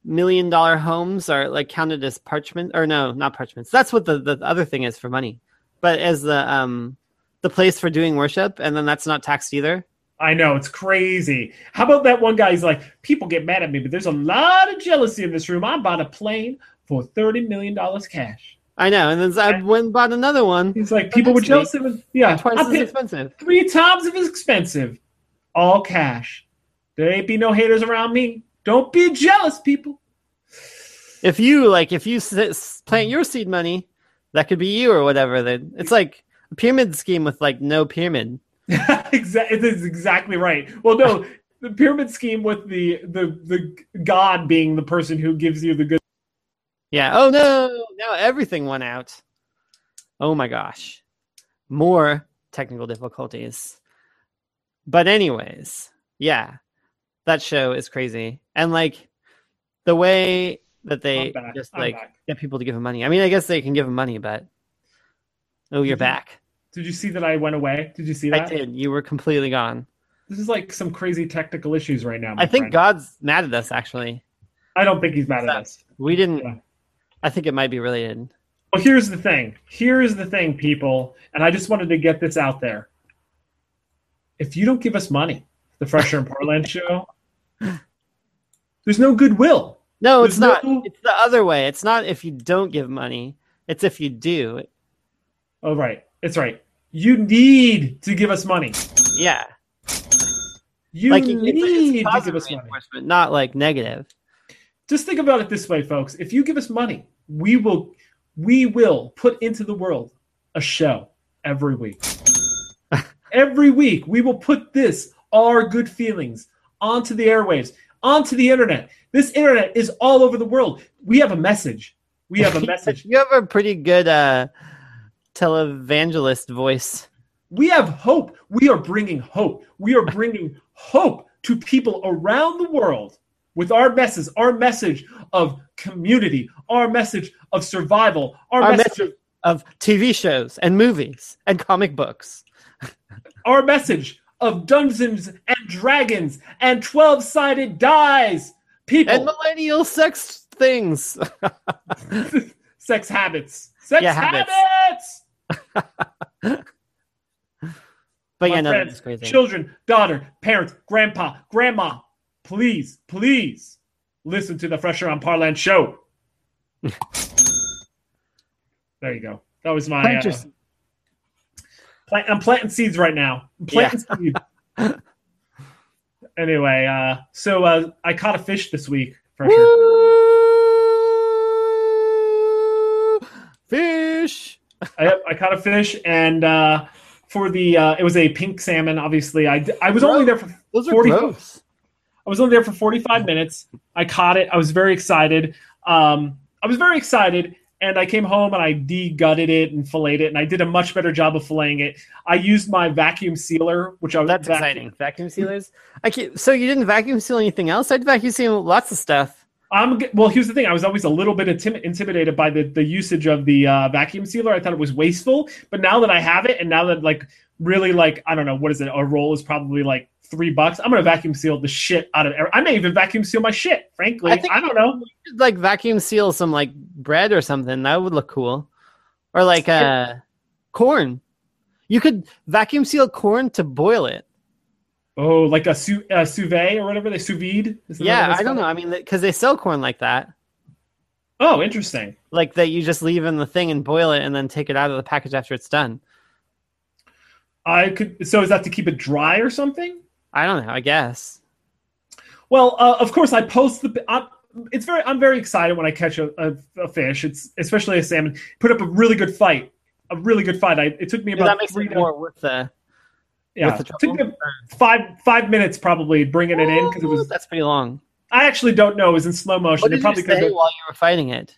B: million-dollar homes are like counted as parchment or no, not parchments. That's what the the other thing is for money, but as the um the place for doing worship, and then that's not taxed either.
A: I know it's crazy. How about that one guy? He's like, people get mad at me, but there's a lot of jealousy in this room. I bought a plane for thirty million dollars cash.
B: I know, and then I went and bought another one.
A: He's like, people were
B: That's neat.
A: jealous of him. Yeah,
B: Twice
A: I
B: as
A: paid-
B: expensive.
A: three times as expensive. All cash. There ain't be no haters around me. Don't be jealous, people.
B: if you like if you s- s- plant your seed money that could be you or whatever then it's like a pyramid scheme with like no pyramid
A: exactly, that's exactly right. Well, no, the pyramid scheme with the the the god being the person who gives you the good.
B: yeah oh no now everything went out oh my gosh more technical difficulties but anyways yeah that show is crazy and like the way that they
A: I'm back.
B: just
A: I'm
B: like
A: back.
B: get people to give them money i mean i guess they can give them money but oh you're
A: Mhm.
B: back
A: Did you see that I went away? Did you see
B: i
A: that?
B: did you were completely gone
A: This is like some crazy technical issues right now. my
B: I think
A: friend.
B: God's mad at us. Actually,
A: I don't think he's mad at us.
B: we didn't.
A: Yeah.
B: I think it might be related.
A: Well, here's the thing. Here's the thing, people, and I just wanted to get this out there. If you don't give us money, the Fresher and Parland show, there's no goodwill.
B: No, it's
A: There's
B: not.
A: no-
B: It's the other way. It's not if you don't give money. It's if you do.
A: Oh, right. It's right. You need to give us money.
B: Yeah,
A: You
B: like it's-
A: need
B: it's,
A: to give
B: positive
A: us money.
B: reinforcement, not like negative.
A: Just think about it this way, folks. If you give us money, we will we will put into the world a show every week. every week we will put this our good feelings onto the airwaves, onto the internet. This internet is all over the world. We have a message. We have a message.
B: you have a pretty good uh, televangelist voice.
A: We have hope. We are bringing hope. We are bringing hope to people around the world with our message, our message of community, our message of survival, our,
B: Our
A: message, of,
B: Of TV shows and movies and comic books.
A: our message of Dungeons and Dragons and 12-sided dies.
B: And
A: People,
B: millennial sex things.
A: sex habits. Sex
B: Yeah, habits.
A: habits.
B: But
A: My
B: yeah, no,
A: friends,
B: that's crazy.
A: Children, daughter, parents, grandpa, grandma, please, please listen to the Fresher on Parland show. there you go. That was my.
B: Plant
A: Uh,
B: your-
A: plant, I'm planting seeds right now. I'm planting seeds. Anyway, uh, so uh, I caught a fish this week. Fresher.
B: Woo! Fish.
A: I, I caught a fish, and uh, for the uh, it was a pink salmon. Obviously, I d- I was only there for
B: Those are
A: 40
B: gross.
A: I was only there for 45 minutes. I caught it. I was very excited. Um, I was very excited, and I came home and I de-gutted it and filleted it, and I did a much better job of filleting it. I used my vacuum sealer, which I was
B: That's exciting. Vacuum sealers. I can't, so you didn't vacuum seal anything else? I'd vacuum seal lots of stuff.
A: I'm g- well. Here's the thing: I was always a little bit intim- intimidated by the the usage of the uh, vacuum sealer. I thought it was wasteful, but now that I have it, and now that like really like I don't know what is it? A roll is probably like three bucks, I'm gonna vacuum seal the shit out of. Every- I may even vacuum seal my shit. Frankly,
B: I
A: I,
B: think-
A: don't know.
B: like vacuum seal some like bread or something. That would look cool. Or like uh corn. You could vacuum seal corn to boil it.
A: Oh, like a sous uh, sous vide or whatever they sous vide. Isn't that what
B: yeah,
A: it's
B: I don't know.
A: called?
B: I mean, because they sell corn like that,
A: Oh, interesting.
B: like that you just leave in the thing and boil it, and then take it out of the package after it's done.
A: I could. So is that to keep it dry or something?
B: I don't know. I guess.
A: Well, uh, of course, I post the. I'm, it's very. I'm very excited when I catch a, a, a fish. It's especially a salmon. Put up a really good fight. A really good fight. I, it took me about
B: that makes
A: three
B: it
A: to-
B: more worth the.
A: yeah,
B: worth the
A: took me
B: trouble.
A: five five minutes probably bringing it in because it was.
B: that's pretty long.
A: I actually don't know. It was in slow motion. It
B: What did you
A: probably
B: say
A: could've-
B: while you were fighting it?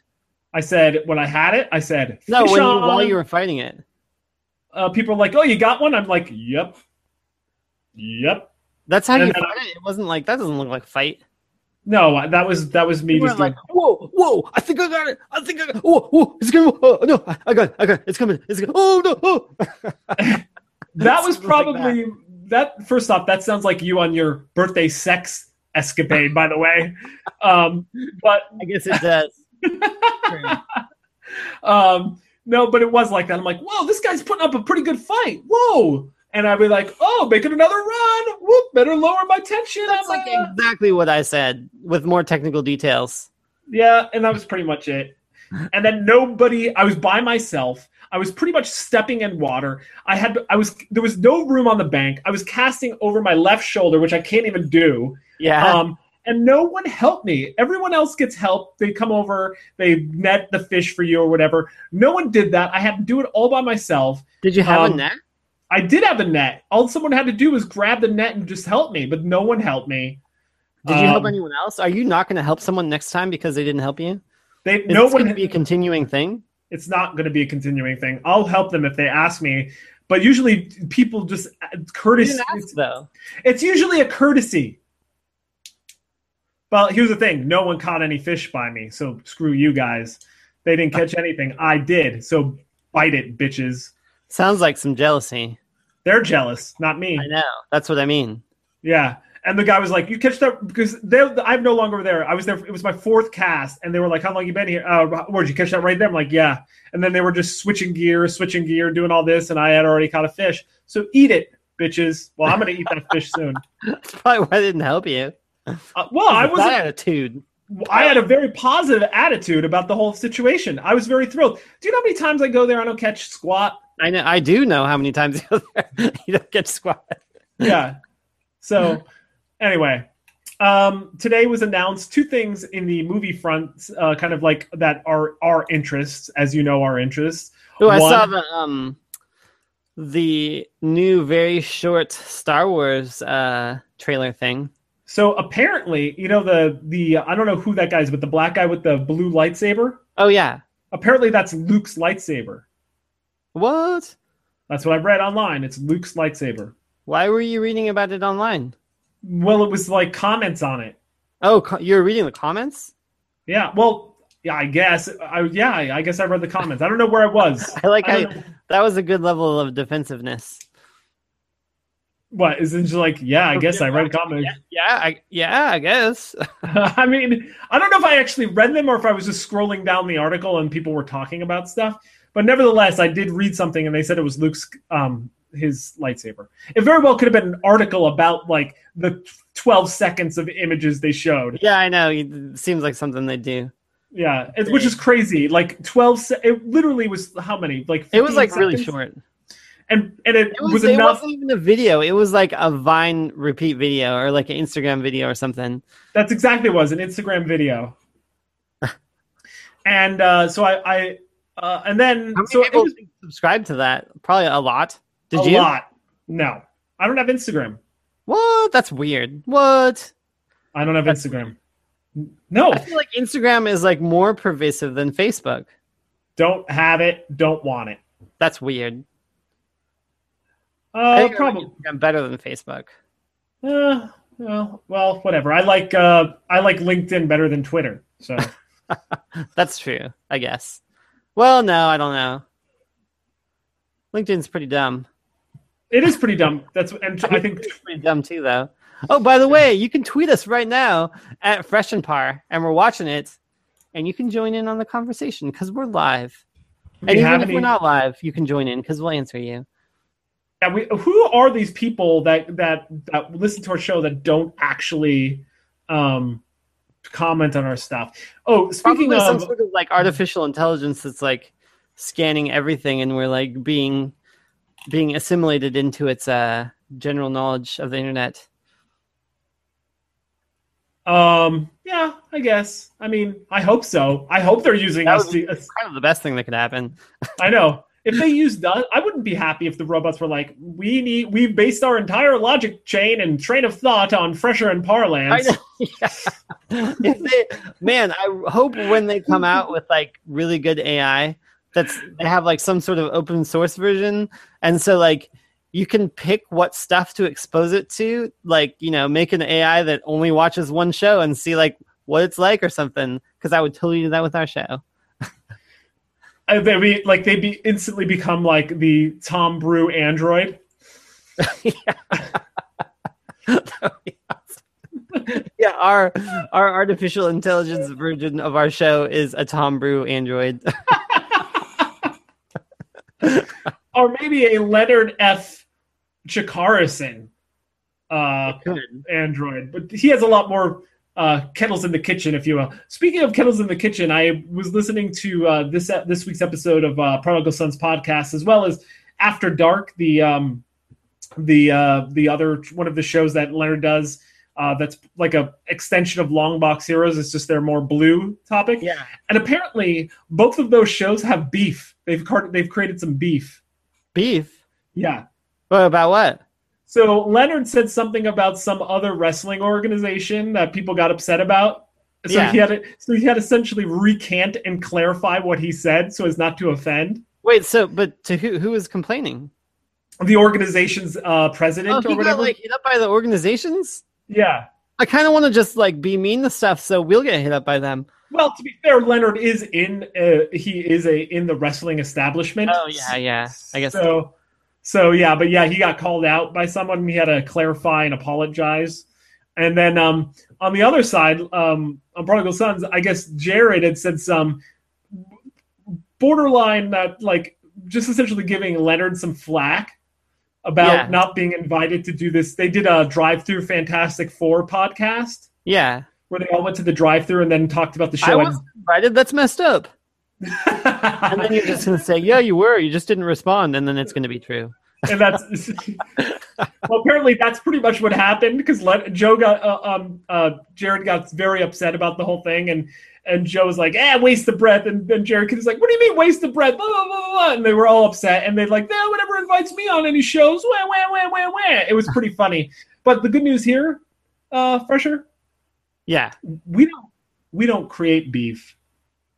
A: I said when I had it. I said
B: No,
A: "Fish
B: when you,
A: on."
B: while you were fighting it.
A: Uh, people are like, "Oh, you got one?" I'm like, "Yep, yep."
B: That's how
A: And
B: you
A: then
B: fought it. It wasn't like that. Doesn't look like a fight.
A: No, that was that was me
B: You
A: just doing.
B: weren't like, whoa, whoa, I think I got it. I think I got it. Whoa, whoa, it's coming. Oh, no, I- I got it. I got it. It's coming. It's coming. Oh, no. Oh.
A: that was
B: Something like that.
A: probably that. First off, that sounds like you on your birthday sex escapade, by the way. Um, but
B: I guess it does. True.
A: um, no, but it was like that. I'm like, whoa, this guy's putting up a pretty good fight. Whoa. And I'd be like, oh, making another run. Whoop, better lower my tension.
B: That's
A: I'm
B: like
A: uh,
B: exactly what I said with more technical details.
A: Yeah, and that was pretty much it. And then nobody. I was by myself. I was pretty much stepping in water. I had. I was. There was no room on the bank. I was casting over my left shoulder, which I can't even do.
B: Yeah.
A: Um, and no one helped me. Everyone else gets help. They come over. They net the fish for you or whatever. No one did that. I had to do it all by myself.
B: Did you have a
A: um,
B: net?
A: I did have a net. All someone had to do was grab the net and just help me, but no one helped me.
B: Did you help
A: um,
B: anyone else? Are you not going to help someone next time because they didn't help you?
A: They
B: Is
A: no
B: this
A: one
B: going to be a continuing thing.
A: it's not going to be a continuing thing. I'll help them if they ask me, but usually people just uh,
B: You
A: courtesy.
B: didn't ask,
A: It's,
B: though.
A: it's usually a courtesy. Well, here's the thing: no one caught any fish by me, so screw you guys. They didn't catch anything. I did, so bite it, bitches.
B: Sounds like some jealousy.
A: They're jealous, not me.
B: I know. That's what I mean.
A: Yeah. And the guy was like, "You catch that?" Because they, I'm no longer there. I was there. It was my fourth cast, and they were like, "How long you been here? Uh, where'd you catch that right there?" I'm like, "Yeah." And then they were just switching gear, switching gear, doing all this, and I had already caught a fish. So eat it, bitches. Well, I'm gonna eat that fish soon.
B: That's probably why I didn't help you.
A: Uh,
B: Oh,
A: well, I was.
B: that attitude.
A: I had a very positive attitude about the whole situation. I was very thrilled. Do you know how many times I go there? I don't catch squat.
B: I know. I do know how many times you go there. you don't get squat.
A: yeah. So anyway, um, today was announced two things in the movie front, uh, kind of like that are our interests, as you know, our interests.
B: Oh, I saw
A: One-
B: the um the new very short Star Wars uh trailer thing.
A: So apparently, you know the the I don't know who that guy is, but the black guy with the blue lightsaber.
B: Oh yeah.
A: Apparently, that's Luke's lightsaber.
B: What?
A: That's what I read online. It's Luke's lightsaber.
B: Why were you reading about it online?
A: Well, it was like comments on it.
B: Oh, co- you're reading the comments?
A: Yeah. Well, yeah. I guess. I yeah. I I guess I read the comments. I don't know where I was.
B: I like
A: I
B: how
A: don't know.
B: that was a good level of defensiveness.
A: What is it? Just like yeah. I guess I read comments.
B: Yeah, I yeah, I guess.
A: I mean, I don't know if I actually read them or if I was just scrolling down the article and people were talking about stuff. But nevertheless, I did read something and they said it was Luke's um his lightsaber. It very well could have been an article about like the 12 seconds of images they showed.
B: Yeah, I know. It seems like something they do.
A: Yeah, it, which is crazy. Like 12 se- it literally was how many? Like
B: It
A: 15
B: was like really
A: seconds?
B: short.
A: And and it,
B: It,
A: was,
B: was,
A: enough
B: not even a video. It was like a Vine repeat video or like an Instagram video or something.
A: That's exactly what it was an Instagram video. and uh so I I uh, and then
B: How many
A: so it
B: people
A: was-
B: subscribe to that? Probably a lot. Did
A: a
B: you?
A: lot. No, I don't have Instagram.
B: What? That's weird. What?
A: I don't have
B: That's-
A: Instagram. No,
B: I feel like Instagram is like more pervasive than Facebook.
A: don't have it. Don't want it.
B: That's weird. I
A: Uh,
B: think I like
A: probably.
B: Instagram better than Facebook.
A: Uh, well, well, whatever. I like uh, I like LinkedIn better than Twitter. So
B: That's true, I guess. Well, no, I don't know. LinkedIn's pretty dumb.
A: It is pretty dumb. That's and I think
B: It's pretty dumb too, though. Oh, by the way, you can tweet us right now at Fresh and Par, and we're watching it, and you can join in on the conversation because we're live.
A: we
B: and even
A: have
B: if
A: any-
B: we're not live, you can join in because we'll answer you.
A: Yeah, we, who are these people that that that listen to our show that don't actually um, comment on our stuff? Oh, speaking
B: Probably some
A: of,
B: sort of like artificial intelligence that's like scanning everything, and we're like being being assimilated into its uh, general knowledge of the internet.
A: um, yeah, I guess. I mean, I hope so. I hope they're using
B: That
A: us. To,
B: would Kind of the best thing that could happen.
A: I know if they used us, I wouldn't be happy if the robots were like, we need. We based our entire logic chain and train of thought on Fresher and
B: I
A: Parlance.
B: know. Yeah. If they, man, I hope when they come out with like really good AI, that's they have like some sort of open source version, and so like you can pick what stuff to expose it to, like you know, make an AI that only watches one show and see like what it's like or something. Because I would totally do that with our show.
A: I, they'd be like they'd be instantly become like the Tom Brew android.
B: Yeah, our our artificial intelligence version of our show is a Tom Brew android.
A: or maybe a Leonard F. Chikarison
B: Oh,
A: uh, android, but he has a lot more uh, kettles in the kitchen, if you will. Speaking of kettles in the kitchen, I was listening to uh, this this week's episode of uh, Prodigal Sons podcast, as well as After Dark, the um, the uh, the other one of the shows that Leonard does. Uh, that's like a extension of Long Box Heroes. It's just their more blue topic,
B: yeah,
A: and apparently both of those shows have beef. They've car- they've created some beef.
B: beef.
A: Yeah.
B: What about what?
A: So Leonard said something about some other wrestling organization that people got upset about. So
B: Yeah.
A: he had to, so he had to essentially recant and clarify what he said so as not to offend
B: Wait, so but to who who is complaining?
A: the organization's uh, president
B: Oh,
A: or
B: he got
A: whatever.
B: like hit up by the organizations.
A: yeah.
B: I kind of want to just like be mean to stuff, so we'll get hit up by them.
A: Well, to be fair, Leonard is in uh, he is a in the wrestling establishment.
B: Oh yeah, yeah. I guess so.
A: so. So yeah, but yeah, he got called out by someone. and He had to clarify and apologize. And then um, on the other side, um, on Prodigal Sons, I guess Jared had said some borderline that like just essentially giving Leonard some flack about
B: Yeah.
A: not being invited to do this. They did a drive-through Fantastic Four podcast
B: yeah.
A: where they all went to the drive-through and then talked about the
B: I
A: show.
B: was invited. That's messed up. And then you're just gonna say, yeah, you were. You just didn't respond, and then it's gonna be true.
A: and that's well apparently that's pretty much what happened because joe got uh, um uh jared got very upset about the whole thing and and joe was like eh waste the breath and then jared was like what do you mean waste the breath blah blah blah blah, blah. and they were all upset and they're like no one ever invites me on any shows wah, wah, wah, wah, wah. it was pretty funny but the good news here uh fresher
B: Yeah,
A: we don't we don't create beef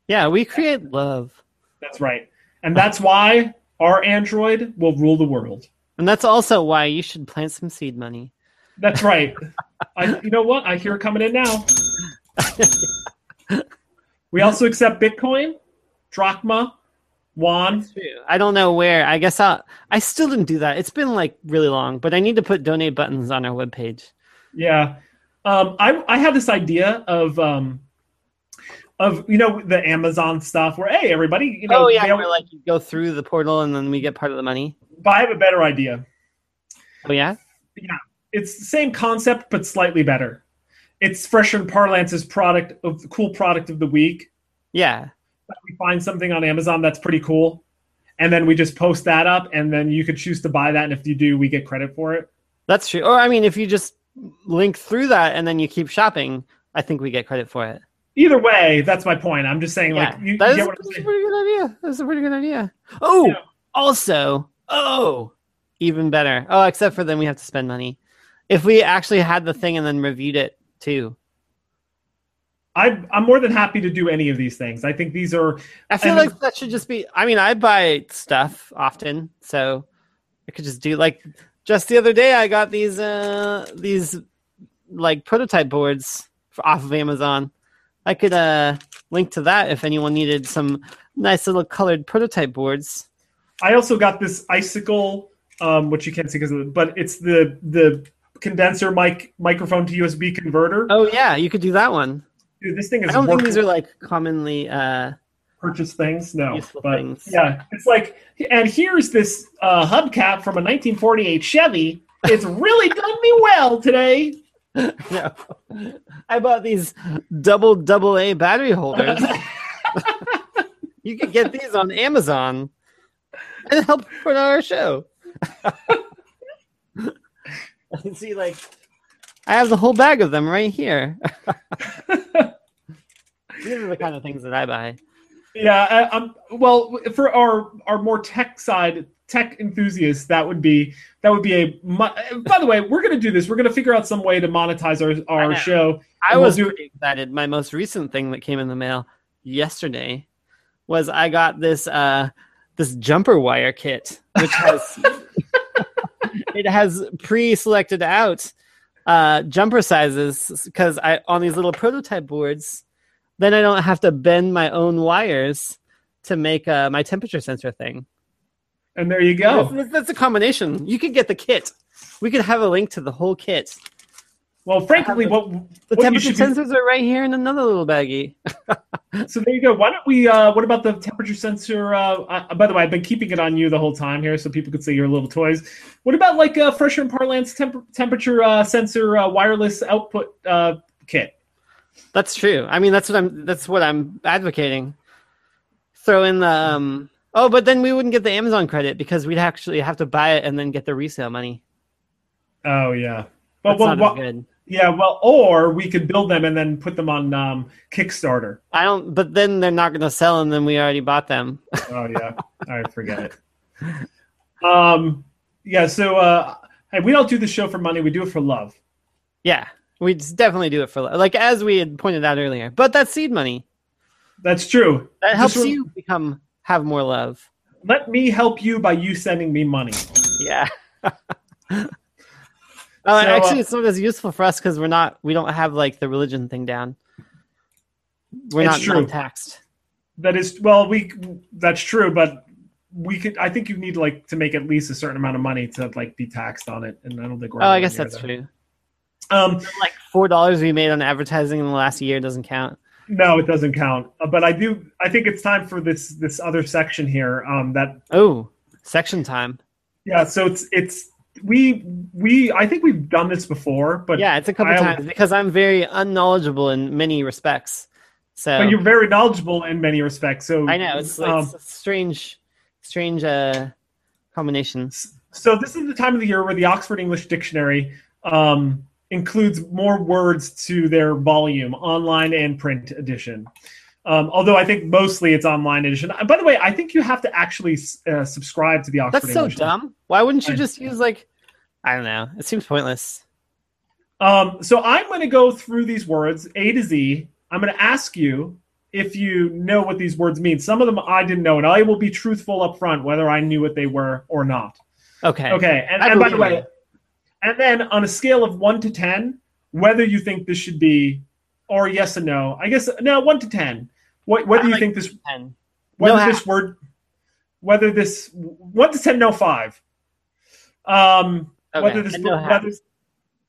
B: yeah. We create love,
A: that's right and that's why our android will rule the world
B: and that's also why you should plant some seed money.
A: That's right. I, you know what? I hear it coming in now. we also accept Bitcoin, Drachma, Yuan.
B: I don't know where. I guess I I still didn't do that. It's been like really long, but I need to put donate buttons on our webpage.
A: Yeah. Um, I, I had this idea of um, of you know the Amazon stuff where hey everybody you know
B: oh yeah,
A: they
B: where
A: all-
B: like you go through the portal and then we get part of the money.
A: but I have a better idea.
B: Oh yeah.
A: It's the same concept but slightly better. It's Fresh and Parlance's product of cool product of the week.
B: Yeah.
A: we find something on Amazon that's pretty cool, and then we just post that up, and then you could choose to buy that, and if you do, we get credit for it.
B: That's true. Or I mean, if you just link through that and then you keep shopping, I think we get credit for it.
A: Either way, that's my point. I'm just saying,
B: Yeah,
A: like, you, you
B: that is
A: get
B: a
A: what I'm
B: that's a
A: saying?
B: pretty good idea. That's a pretty good idea. Oh,
A: Yeah.
B: also, oh, even better. Oh, except for then we have to spend money. If we actually had the thing and then reviewed it too,
A: I, I'm more than happy to do any of these things. I think these are
B: I feel
A: And-
B: like that should just be. I mean, I buy stuff often, so I could just do like just the other day I got these uh these like prototype boards f- off of Amazon. I could uh link to that if anyone needed some nice little colored prototype boards.
A: I also got this icicle um, which you can't see because of the, but it's the the condenser mic microphone to USB converter.
B: Oh yeah, you could do that one.
A: Dude, this thing is
B: I don't think
A: worth
B: these are like commonly. Uh,
A: purchase things. No,
B: Useful
A: but
B: things.
A: yeah, it's like, and here's this uh, hubcap from a 1948 Chevy. It's really done me well today.
B: no, I bought these double double A battery holders. you could get these on Amazon and help support our show. I can see like I have the whole bag of them right here. These are the kind of things that I buy.
A: Yeah, I, I'm well for our our more tech side tech enthusiasts. That would be that would be a. mo- By the way, we're gonna do this. We're gonna figure out some way to monetize our
B: I know.
A: our show.
B: I
A: And we'll
B: was
A: do-
B: pretty excited. My most recent thing that came in the mail yesterday was I got this uh this jumper wire kit, which has it has pre-selected out uh jumper sizes because I on these little prototype boards, then I don't have to bend my own wires to make uh, my temperature sensor thing.
A: And there you go.
B: That's, that's a combination. You could get the kit. We could have a link to the whole kit.
A: Well, frankly,
B: I
A: what
B: Um, The
A: what you
B: temperature
A: should do-
B: sensors are right here in another little baggie.
A: So there you go. Why don't we? Uh, what about the temperature sensor? Uh, uh, by the way, I've been keeping it on you the whole time here, so people could see your little toys. What about like uh, Fresher and Parlance temp- temperature uh, sensor uh, wireless output uh, kit?
B: That's true. I mean, that's what I'm. That's what I'm advocating. Throw in the. Um, oh, but then we wouldn't get the Amazon credit because we'd actually have to buy it and then get the resale money.
A: Oh yeah. But
B: That's
A: well,
B: not
A: well,
B: as good.
A: yeah, well, or we could build them and then put them on um, Kickstarter.
B: I don't. But then they're not going to sell them. Then we already bought them.
A: Oh yeah, all right, forget it. Um, yeah. So uh, hey, we don't do the show for money; we do it for love.
B: yeah, we'd definitely do it for like as we had pointed out earlier. But that's seed money
A: That's true.
B: that helps
A: Just re-
B: you become have more love.
A: Let me help you by you sending me money.
B: Yeah. Oh, and
A: So, uh,
B: actually, it's not as useful for us because we're not. We don't have like the religion thing down. We're
A: It's true.
B: not taxed.
A: That is well, we that's true, but we could. I think you need like to make at least a certain amount of money to like be taxed on it, and I don't think we're.
B: Oh, I
A: anywhere
B: guess
A: near
B: that's
A: there.
B: true.
A: Um,
B: Like four dollars we made on advertising in the last year doesn't count.
A: no, it doesn't count. Uh, but I do. I think it's time for this this other section here. Um, that
B: Oh, section time.
A: yeah. So it's it's we we I think we've done this before, but
B: yeah, it's a couple
A: I-
B: times because I'm very unknowledgeable in many respects. So
A: But you're very knowledgeable in many respects. So
B: I know it's,
A: um,
B: it's a strange, strange uh, combination.
A: So this is the time of the year where the Oxford English Dictionary um, includes more words to their volume, online and print edition. Um, although I think mostly it's online edition. Uh, By the way, I think you have to actually uh, subscribe to the Oxford
B: That's so
A: English.
B: dumb. Why wouldn't you
A: I-
B: just use like, I don't know. It seems pointless.
A: Um, so I'm going to go through these words A to Z. I'm going to ask you if you know what these words mean. Some of them I didn't know, and I will be truthful up front whether I knew what they were or not.
B: Okay.
A: Okay, and,
B: I
A: and by the
B: believe
A: way,
B: you.
A: and then on a scale of one to ten, whether you think this should be, or yes and no, I guess no, one to ten, what, whether
B: I
A: you
B: like-
A: think this,
B: Ten.
A: whether
B: half.
A: this word, whether this one to ten, no five, um,
B: Okay,
A: whether this,
B: and no half.
A: whether,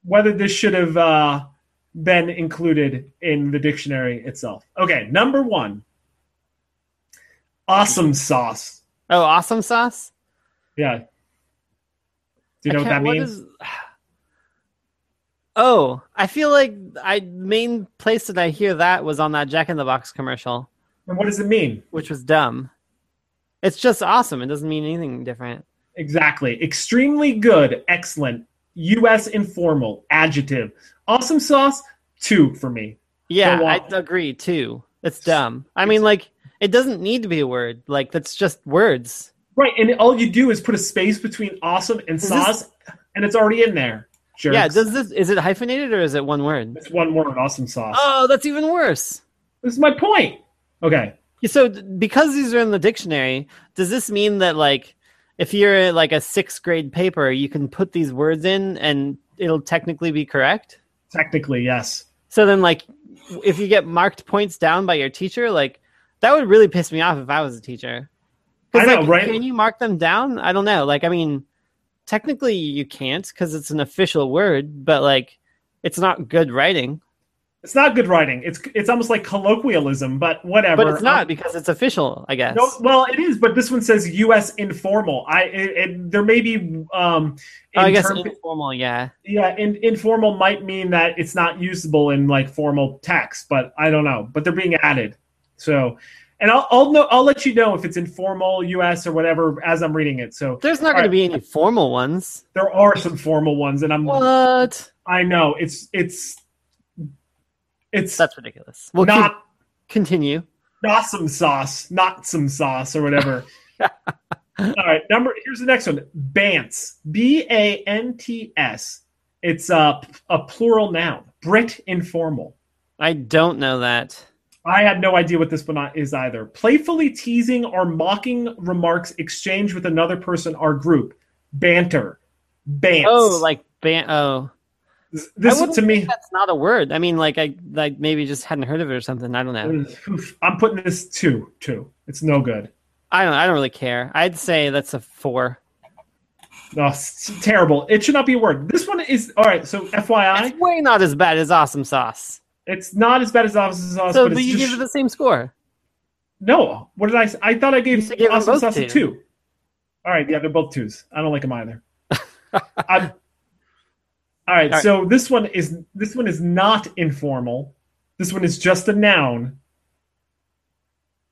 A: whether this should have uh, been included in the dictionary itself. Okay, number one, awesome sauce.
B: Oh, awesome sauce.
A: Yeah, do you know
B: I
A: what that
B: can't-
A: means?
B: is- Oh, I feel like I main place that I hear that was on that Jack in the Box commercial,
A: and what does it mean?
B: which was dumb. It's just awesome. It doesn't mean anything different.
A: Exactly. Extremely good. Excellent. U.S. informal. Adjective. Awesome sauce. Two for me.
B: Yeah,
A: So, uh,
B: I agree too. It's dumb. I mean, like it doesn't need to be a word. Like that's just words.
A: Right. And all you do is put a space between awesome and
B: Is
A: sauce, and it's already in there. Jerks.
B: Yeah. Does this is it hyphenated or is it one word?
A: it's one word. Awesome sauce.
B: Oh, that's even worse.
A: this is my point. Okay.
B: So d- because these are in the dictionary, does this mean that like if you're like a 6th grade paper, you can put these words in and it'll technically be correct?
A: Technically, yes.
B: So then like if you get marked points down by your teacher, like that would really piss me off if I was a teacher. 'Cause,
A: I know,
B: like,
A: right?
B: Can you mark them down? I don't know. Like I mean, technically you can't because it's an official word, but like it's not good writing.
A: It's not good writing. It's it's almost like colloquialism, but whatever. Um,
B: But it's not because it's official, I guess.
A: No, well, it is, but this one says U.S. informal. I it, it, there may be. Um,
B: Oh, I guess
A: interp-
B: informal, yeah.
A: yeah, in, informal might mean that it's not usable in like formal text, but I don't know. But they're being added, so. And I'll I'll, know, I'll let you know if it's informal U.S. or whatever as I'm reading it. So
B: There's not going
A: Alright.
B: to be any formal ones.
A: there are some formal ones, and I'm
B: What?
A: I know it's it's it's
B: That's ridiculous. Well,
A: not
B: con- continue.
A: not some sauce, not some sauce or whatever. All right, number here's the next one. Bants, B A N T S. It's a a plural noun. Brit informal.
B: I don't know that.
A: I had no idea what this one is either. Playfully teasing or mocking remarks exchanged with another person or group. Banter. Bants.
B: Oh, like ban. Oh,
A: This- this
B: wouldn't
A: to me.
B: that's not a word. I mean, like I like maybe just hadn't heard of it or something. I don't
A: Mm.
B: know.
A: Oof, I'm putting this two two. It's no good.
B: I don't. I don't really care. I'd say that's a four.
A: Oh, it's terrible. It should not be a word. This one is all right. So FYI,
B: It's way not as bad as awesome sauce.
A: It's not as bad as Awesome Sauce,
B: so,
A: but
B: but
A: it's
B: you
A: just
B: give it the same score.
A: no. What did I? s- I thought I
B: You
A: gave
B: said give them
A: Awesome
B: both
A: Sauce a
B: two.
A: two. All right, yeah, they're both twos. I don't like them either. I'm, all right,
B: All right.
A: so this one is this one is not informal. This one is just a noun.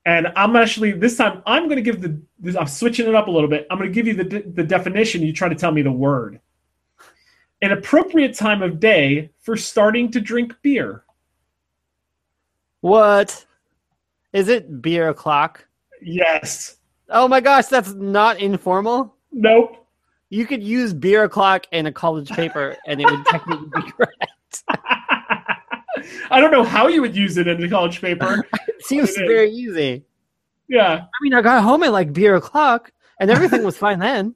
A: And I'm actually this time I'm going to give the this, I'm switching it up a little bit. I'm going to give you the de- the definition. You try to tell me the word. An appropriate time of day for starting to drink beer.
B: What? Is it beer o'clock?
A: Yes.
B: Oh my gosh, that's not informal.
A: Nope.
B: You could use beer o'clock in a college paper, and it would technically be correct.
A: I don't know how you would use it in the college paper.
B: It seems
A: It is.
B: very easy.
A: Yeah.
B: I mean, I got home at like beer o'clock, and everything was fine then.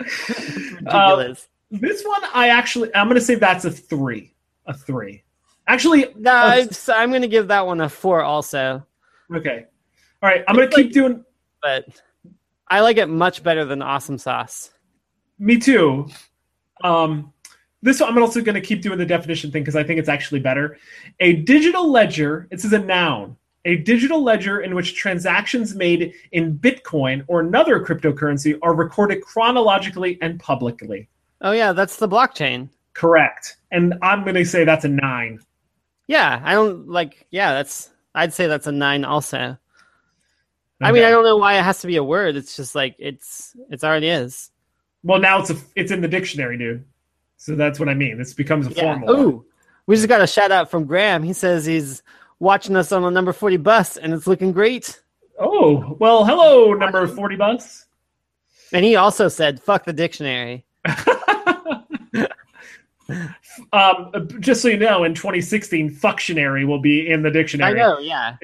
B: It's ridiculous.
A: uh, This one, I actually, I'm going to say that's a three. A three. Actually,
B: no, Um, I'm, so I'm going to give that one a four also,
A: okay. All right. I'm going to
B: It's
A: keep
B: like-
A: doing,
B: but I like it much better than awesome sauce.
A: me too. Um, this one, I'm also going to keep doing the definition thing because I think it's actually better. A digital ledger, this is a noun, a digital ledger in which transactions made in Bitcoin or another cryptocurrency are recorded chronologically and publicly.
B: Oh yeah, that's the blockchain.
A: Correct. And I'm going to say that's a nine.
B: Yeah, I don't like. Yeah, that's. I'd say that's a nine also. I mean,
A: Okay.
B: I don't know why it has to be a word. It's just like it's. It's already is.
A: Well, now it's a, it's in the dictionary, dude. So that's what I mean. This becomes a
B: Yeah.
A: formal. one.
B: Ooh, we just got a shout out from Graham. He says he's watching us on the number forty bus, and it's looking great.
A: Oh, well, hello, number 40 bucks.
B: And he also said, "Fuck the dictionary."
A: Um, just so you know, in 2016, functionary will be in the
B: I
A: dictionary.
B: know. Yeah.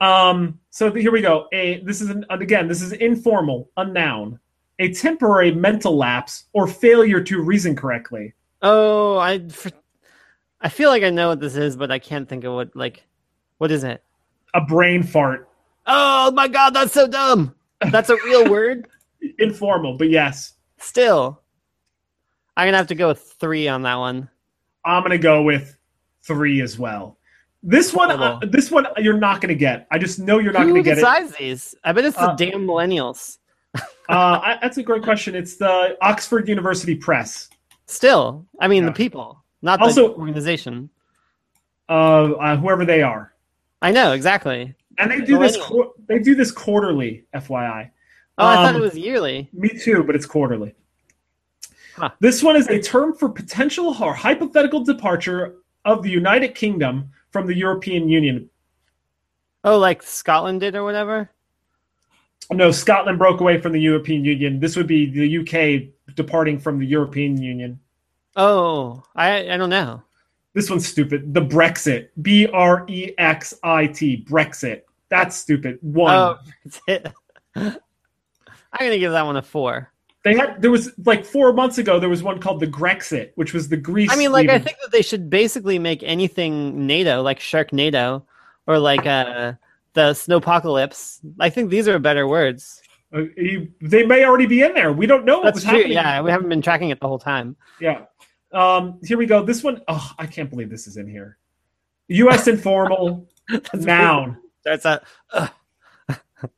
A: Um, so th- here we go. A, this is, an, and again, this is informal, a noun, a temporary mental lapse or failure to reason correctly.
B: Oh, I. For, I feel like I know what this is, but I can't think of what. Like, what is it?
A: A brain fart.
B: Oh my god, that's so dumb. That's a real word.
A: Informal, but yes.
B: Still, I'm gonna have to go with three on that one.
A: I'm gonna go with three as well. This one, uh,
B: Horrible.
A: this one, you're not gonna get. I just know you're not
B: Who
A: gonna get it. Uh,
B: decides these? I bet it's the
A: Uh,
B: damn millennials.
A: I, that's a great question. It's the Oxford University Press.
B: Still, I mean
A: Yeah.
B: the people, not
A: Also-
B: the organization.
A: Uh, uh, whoever they are,
B: I know exactly.
A: and they do this.
B: Millennial.
A: Qu- they do this quarterly, FYI.
B: Oh, I thought
A: Um,
B: it was yearly.
A: Me too, but it's quarterly.
B: Huh.
A: This one is a term for potential or hypothetical departure of the United Kingdom from the European Union.
B: Oh, like Scotland did or whatever.
A: No, Scotland broke away from the European Union. This would be the UK departing from the European Union.
B: Oh, I I don't know.
A: This one's stupid. The Brexit. B R E X I T. Brexit. That's stupid. One.
B: Oh, it's it. I'm gonna give that one a four.
A: they had there was like four months ago there was one called the Grexit, which was the Greece.
B: I mean, like I
A: leaving.
B: think that they should basically make anything NATO, like Sharknado, or like uh the Snowpocalypse. I think these are better words.
A: Uh, he- they may already be in there. We don't know what
B: That's
A: Oh, was
B: true.
A: happening.
B: Yeah, we haven't been tracking it the whole time.
A: Yeah. Um, here we go. This one, oh, I can't believe this is in here. U.S. informal noun.
B: That's a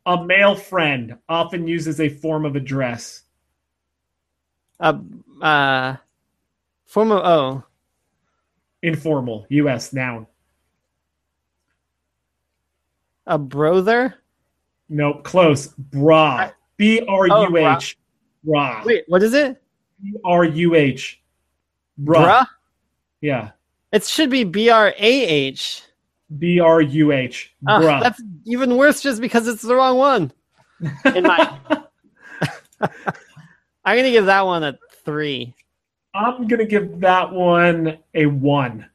A: A male friend often used as a form of address.
B: a uh, form of oh
A: Informal. U.S. noun.
B: a brother.
A: Nope. Close. Bra.
B: I-
A: B R
B: Oh,
A: U
B: bra.
A: H. Bra.
B: Wait, what is it?
A: B R U H. Bra.
B: Bruh.
A: Yeah.
B: It should be B R A H.
A: B R U H.
B: Ugh,
A: Bra.
B: Ah, That's even worse just because it's the wrong one. In my, I'm gonna give that one a three.
A: I'm gonna give that one a one.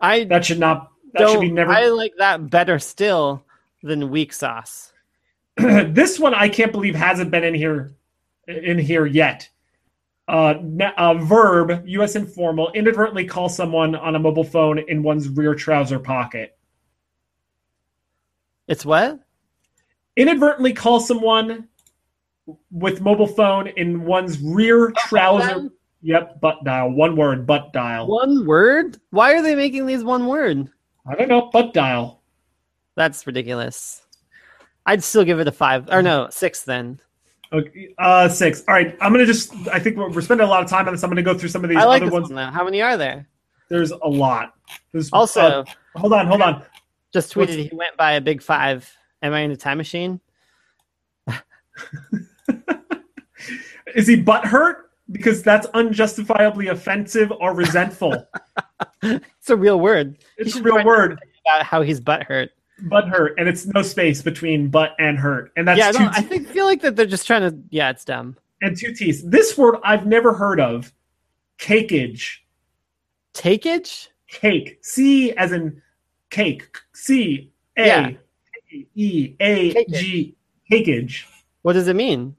B: I
A: That should not. That
B: don't.
A: should be never.
B: I like that better still than weak sauce.
A: this one I can't believe hasn't been in here, in here yet. Uh, na- uh, verb U.S. informal inadvertently call someone on a mobile phone in one's rear trouser pocket.
B: It's what?
A: Inadvertently call someone with mobile phone in one's rear trouser.
B: One-
A: Yep, butt dial. One word, butt dial.
B: One word? Why are they making these one word?
A: I don't know, butt dial.
B: That's ridiculous. I'd still give it a five or no six then.
A: Okay, uh, six. All right, I'm gonna just. I think we're, we're spending a lot of time on this. I'm gonna go through some of these
B: I like
A: other
B: this
A: ones.
B: one though. How many are there?
A: There's a lot. There's
B: Also,
A: uh, hold on, hold on.
B: just
A: what's-
B: tweeted he went by a big five. Am I in a time machine?
A: Is he butthurt? Because that's unjustifiably offensive or resentful.
B: It's a real word
A: it's a
B: should
A: real
B: write-
A: word,
B: about how he's butthurt.
A: butthurt, and it's no space between butt and hurt, and that's
B: yeah,
A: two
B: no, I
A: T-
B: think feel like that they're just trying to. Yeah, it's dumb.
A: and two T's. This word I've never heard of. Cakeage,
B: Takeage?
A: cake, C as in cake, C
B: Yeah.
A: A E A G, cakeage.
B: What does it mean?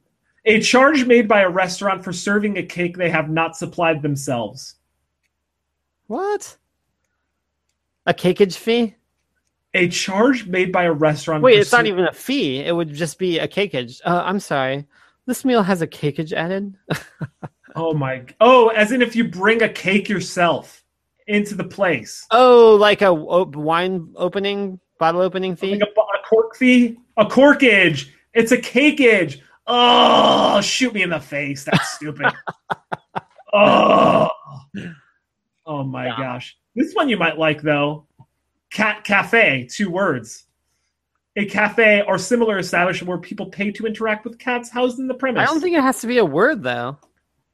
A: A charge made by a restaurant for serving a cake they have not supplied themselves.
B: What? A cakeage fee?
A: A charge made by a restaurant.
B: Wait,
A: for
B: it's not
A: ser-
B: even a fee. It would just be a cakeage. Uh, I'm sorry. This meal has a cakeage added.
A: Oh my! Oh, as in if you bring a cake yourself into the place,
B: Oh, like a op- wine opening, bottle opening fee?
A: like a, a cork fee, a corkage. It's a cakeage. Oh, shoot me in the face! That's stupid. oh, oh my
B: Yeah.
A: gosh! This one you might like though. Cat cafe, two words. A cafe or similar establishment where people pay to interact with cats housed in the premise.
B: I don't think it has to be a word though.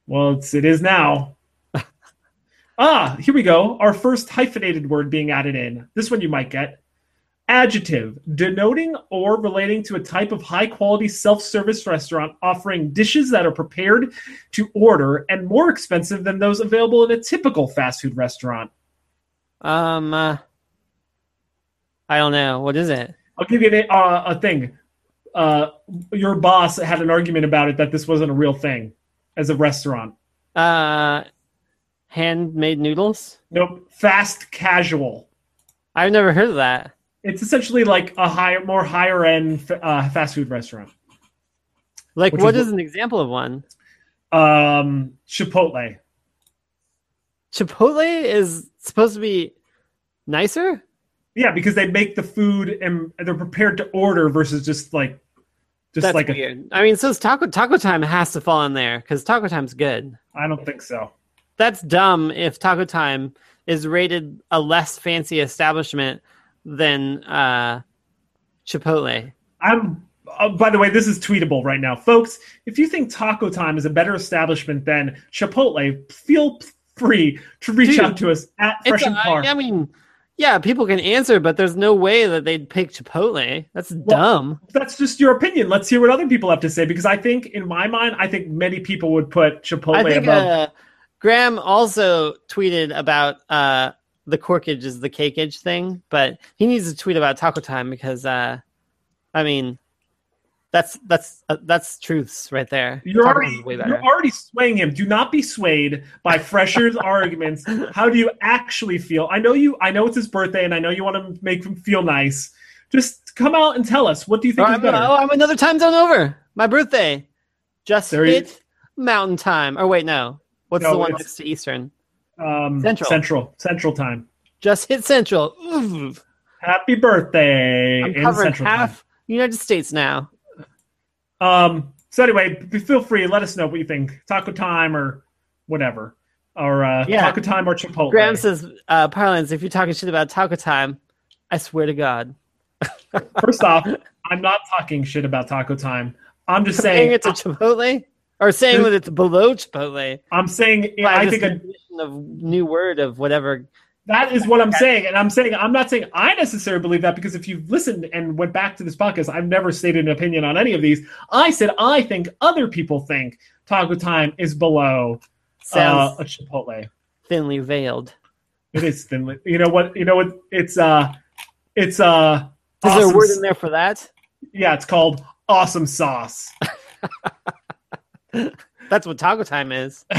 A: Well, it's, it is now. ah, here we go. Our first hyphenated word being added in. This one you might get. Adjective, denoting or relating to a type of high quality self service restaurant offering dishes that are prepared to order and more expensive than those available in a typical fast food restaurant.
B: Um, uh, I don't know. What is it?
A: I'll give you an, uh, a thing. Uh, your boss had an argument about it that this wasn't a real thing as a restaurant.
B: Uh, handmade noodles.
A: Nope. Fast casual.
B: I've never heard of that.
A: It's essentially like a higher, more higher end uh, fast food restaurant.
B: Like,
A: Which
B: what
A: is-
B: is an example of one?
A: Um, Chipotle.
B: Chipotle is supposed to be nicer.
A: Yeah, because they make the food and they're prepared to order versus just like, just
B: That's
A: like a,
B: weird. I mean, so it's taco Taco Time has to fall in there because Taco Time's good.
A: I don't think so.
B: That's dumb if Taco Time is rated a less fancy establishment than uh, Chipotle.
A: I'm. Uh, by the way, this is tweetable right now, folks. If you think Taco Time is a better establishment than Chipotle, feel free to reach
B: Dude,
A: out to us at
B: It's
A: Fresh and
B: a- I-
A: Par.
B: I mean, yeah, people can answer, but there's no way that they'd pick Chipotle. That's dumb.
A: That's just your opinion. Let's hear what other people have to say because I think, in my mind, I think many people would put Chipotle
B: I think
A: above.
B: uh, Graham also tweeted about uh, the corkage is the cakeage thing, but he needs to tweet about taco time because, uh, I mean, that's that's uh, that's truths right there.
A: You're
B: Taco
A: already,
B: Time's way better.
A: you're already swaying him. Do not be swayed by Fresher's arguments. How do you actually feel? I know you. I know it's his birthday, and I know you want to make him feel nice. Just come out and tell us what do you
B: Oh,
A: think is
B: I'm,
A: better.
B: oh, I'm another time zone over. my birthday just
A: There you-
B: hit Mountain Time. Or wait, no. What's
A: No,
B: the one
A: it's-
B: next to Eastern?
A: Um,
B: Central.
A: Central. Central time.
B: Just hit Central. Ooh,
A: Happy birthday
B: I'm
A: in
B: covering
A: Central
B: half United States now.
A: time. Um, so anyway, b- feel free. Let us know what you think. Taco time or whatever, or uh,
B: Yeah.
A: taco time or Chipotle.
B: Graham says, uh, Parlance, if you're talking shit about taco time, I swear to God.
A: First off, I'm not talking shit about taco time. I'm just
B: Saying
A: saying.
B: it's a Chipotle? Or saying that it's below Chipotle.
A: I'm saying.
B: by
A: I
B: just
A: think
B: the
A: a,
B: addition of new word of whatever.
A: That is what I'm saying, and I'm saying I'm not saying I necessarily believe that because if you've listened and went back to this podcast, I've never stated an opinion on any of these. I said I think other people think Taco Time is below uh,
B: Sounds
A: a Chipotle.
B: thinly veiled.
A: It is thinly. You know what? You know what? It's uh, it's uh,
B: Is there a
A: awesome
B: word
A: s-
B: in there for that?
A: yeah, it's called awesome sauce.
B: That's what taco time is.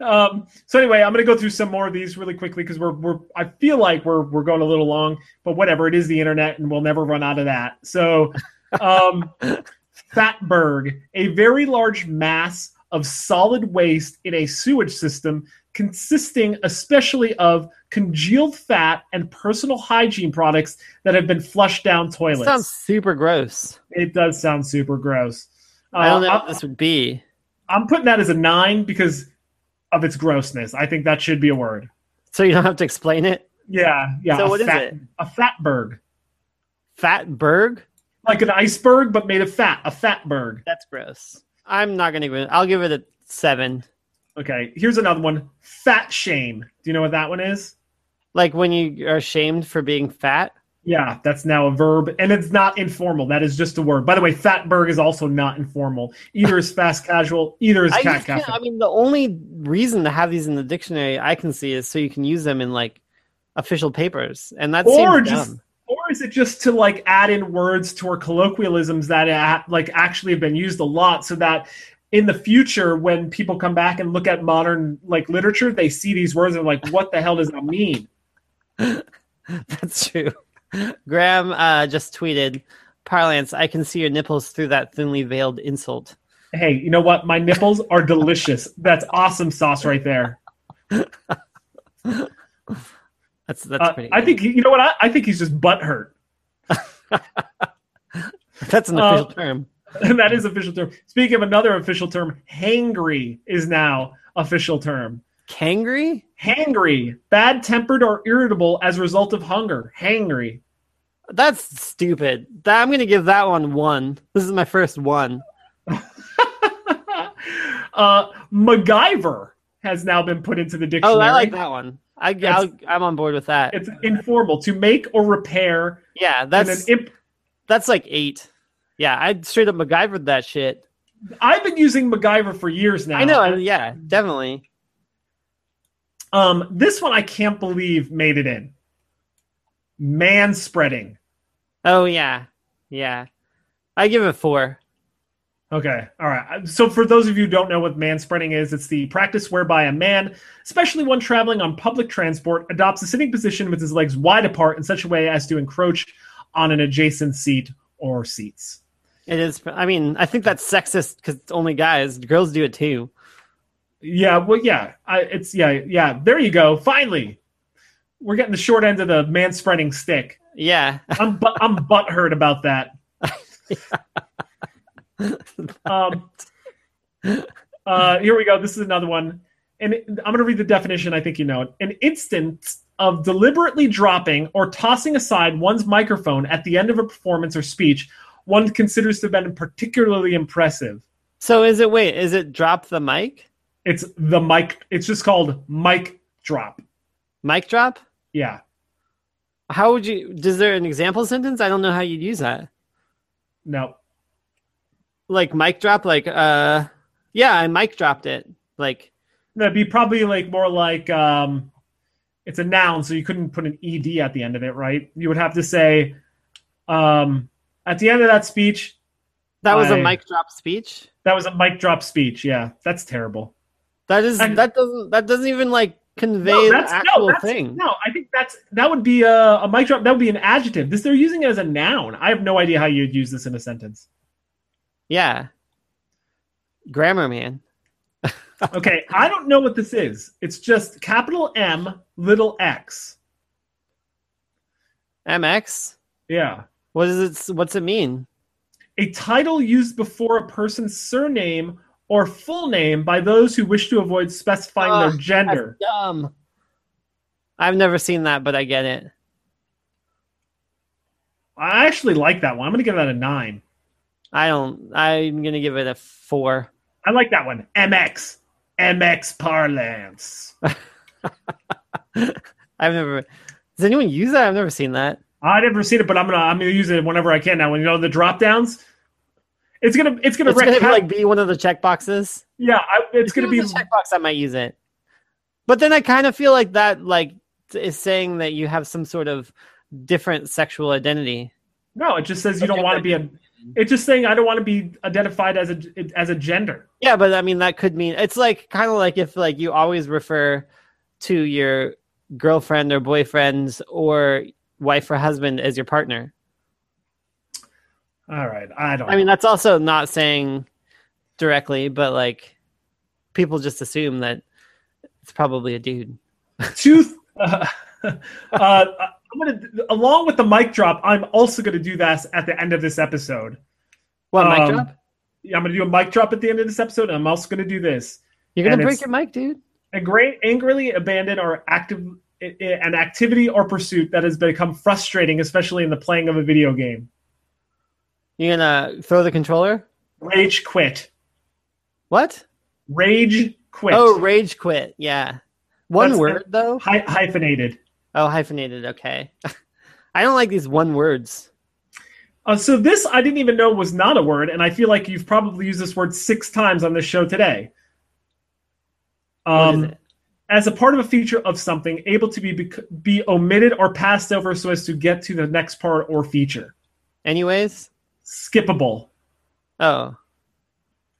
A: um, so anyway, I'm going to go through some more of these really quickly because we're we're I feel like we're we're going a little long, but whatever. It is the internet, and we'll never run out of that. So, um, fatberg, a very large mass of solid waste in a sewage system consisting especially of congealed fat and personal hygiene products that have been flushed down toilets.
B: Sounds super gross.
A: it does sound super gross.
B: I don't know
A: Uh,
B: what this would be.
A: I'm putting that as a nine because of its grossness. I think that should be a word.
B: So you don't have to explain it.
A: Yeah, yeah.
B: So
A: a
B: what is
A: fat,
B: it?
A: A fatberg,
B: Fat Berg?
A: like an iceberg but made of fat. A fatberg.
B: That's gross. I'm not gonna agree. I'll give it a seven.
A: Okay, here's another one. Fat shame. Do you know what that one is?
B: Like when you are shamed for being fat.
A: Yeah, that's now a verb, and it's not informal. That is just a word. By the way, fatberg is also not informal. Either is fast casual, either is
B: I,
A: cat
B: just can't- I
A: cafe.
B: mean, the only reason to have these in the dictionary I can see is so you can use them in like official papers, and that
A: Or
B: seems
A: just-
B: dumb.
A: Or is it just to like add in words to our colloquialisms that a- like actually have been used a lot, so that in the future when people come back and look at modern like literature, they see these words and like, what the hell does that mean?
B: That's true. Graham uh, just tweeted, "Parlance, I can see your nipples through that thinly veiled insult."
A: Hey, you know what? My nipples are delicious. That's awesome sauce right there.
B: That's that's
A: Uh,
B: pretty.
A: I
B: good.
A: think you know what? I, I think he's just butthurt.
B: that's an
A: uh,
B: official term.
A: that is official term. Speaking of another official term, hangry is now official term.
B: Kangry?
A: Hangry, bad tempered or irritable as a result of hunger. Hangry.
B: That's stupid. That, I'm gonna give that one one. This is my first one.
A: uh, MacGyver has now been put into the dictionary.
B: Oh, I like that one. I,
A: That's-
B: I'll, I'm on board with that.
A: It's informal to make or repair.
B: Yeah,
A: And
B: that's
A: an imp-
B: that's like eight. Yeah, I straight up MacGyvered that shit.
A: I've been using MacGyver for years now.
B: I know. I, yeah, definitely.
A: Um, this one I can't believe made it in. Man spreading.
B: Oh yeah, yeah. I give it four.
A: Okay. All right. So, for those of you who don't know what man spreading is, it's the practice whereby a man, especially one traveling on public transport, adopts a sitting position with his legs wide apart in such a way as to encroach on an adjacent seat or seats.
B: It is. I mean, I think that's sexist because it's only guys. Girls do it too.
A: Yeah. Well, yeah. I, it's, yeah. Yeah. There you go. Finally, we're getting the short end of the man spreading stick.
B: Yeah,
A: I'm, bu- I'm butthurt about that. um, uh, here we go. This is another one. And it- I'm going to read the definition. I think you know it. An instance of deliberately dropping or tossing aside one's microphone at the end of a performance or speech one considers to have been particularly impressive.
B: So is it wait, is it drop the mic?
A: It's the mic, it's just called mic drop.
B: Mic drop?
A: Yeah.
B: How would you is there an example sentence? I don't know how you'd use that.
A: No.
B: Like mic drop, like uh yeah, I mic dropped it. Like
A: That'd be probably like more like um, it's a noun, so you couldn't put an ed at the end of it, right? You would have to say um, at the end of that speech,
B: that was a
A: I-
B: mic drop speech.
A: that was a mic drop speech. Yeah, that's terrible.
B: That is
A: I-
B: that doesn't that doesn't even like convey the
A: that's- no,
B: actual
A: that's-
B: thing.
A: No, I think that's that would be a, a mic drop. That would be an adjective. This they're using it as a noun. I have no idea how you'd use this in a sentence.
B: Yeah. Grammar man.
A: Okay, I don't know what this is. It's just capital M, little x.
B: MX.
A: Yeah.
B: What is it what's it mean?
A: A title used before a person's surname or full name by those who wish to avoid specifying
B: Ah,
A: their gender.
B: That's dumb. I've never seen that, but I get it.
A: I actually like that one. I'm going to give that a nine.
B: I don't I'm gonna give it a four.
A: I like that one. MX. MX parlance.
B: I've never does anyone use that? I've never seen that.
A: I've never seen it, but I'm gonna I'm gonna use it whenever I can now. When you know the drop downs, it's gonna it's gonna,
B: It's gonna
A: cat-
B: like be one of the checkboxes.
A: yeah, I, it's
B: If it
A: gonna be
B: was a checkbox. I might use it, but then I kind of feel like that like is saying that you have some sort of different sexual identity.
A: no. It just says you don't want to be a. It's just saying I don't want to be identified as a as a gender.
B: Yeah, but I mean that could mean it's like kind of like if like you always refer to your girlfriend or boyfriend or wife or husband as your partner.
A: All right, I don't.
B: I mean that's also not saying directly, but like people just assume that it's probably a dude.
A: two. Uh, uh, I'm gonna along with the mic drop. I'm also gonna do that at the end of this episode.
B: What mic
A: Um,
B: drop?
A: Yeah, I'm gonna do a mic drop at the end of this episode, and I'm also gonna do this.
B: You're gonna
A: and
B: break
A: it's-
B: your mic, dude.
A: Angra- angrily abandon or active i- i- an activity or pursuit that has become frustrating, especially in the playing of a video game.
B: You're gonna throw the controller.
A: Rage quit.
B: What?
A: Rage quit.
B: Oh, rage quit. Yeah. One
A: That's-
B: word though.
A: Hy- hyphenated.
B: Oh, hyphenated. Okay. I don't like these one words.
A: Uh, so this I didn't even know was not a word, and I feel like you've probably used this word six times on this show today.
B: What is
A: Um,
B: it?
A: as a part of a feature of something, able to be bec- be omitted or passed over so as to get to the next part or feature.
B: Anyways.
A: Skippable.
B: Oh,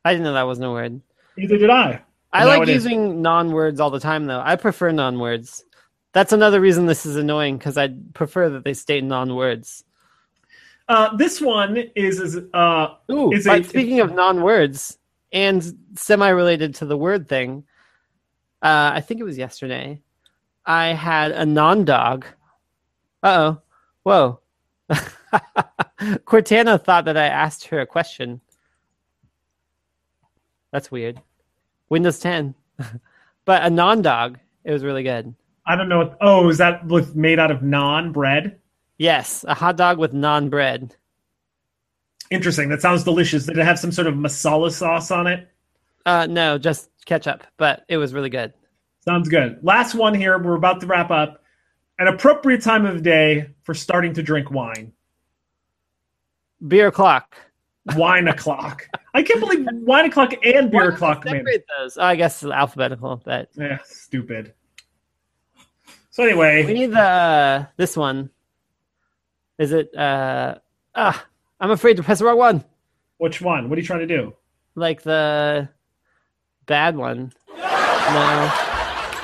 B: I didn't know that wasn't a word.
A: Neither did I.
B: I
A: No,
B: like
A: it is.
B: using non-words all the time though. I prefer non-words. That's another reason this is annoying because I prefer that they stay non-words.
A: Uh, this one is is uh,
B: Ooh,
A: Is
B: but
A: it-
B: speaking of non-words and semi-related to the word thing, uh, I think it was yesterday. I had a non-dog. Uh oh, whoa! Cortana thought that I asked her a question. That's weird. Windows 10, but a non-dog. It was really good.
A: I don't know. What, oh, is that with made out of non bread?
B: Yes, a hot dog with non-bread.
A: Interesting. That sounds delicious. Did it have some sort of masala sauce on it?
B: Uh, no, just ketchup. But it was really good.
A: Sounds good. Last one here. We're about to wrap up. An appropriate time of day for starting to drink wine.
B: Beer o'clock.
A: Wine o'clock. I can't believe wine o'clock and
B: Why
A: beer
B: not
A: o'clock. Man.
B: Separate those. Oh, I guess it's alphabetical, but
A: Yeah, Eh, stupid. So
B: we
A: anyway,
B: need the uh, this one. Is it? uh Ah, I'm afraid to press the wrong one.
A: which one? What are you trying to do?
B: Like the bad one. No,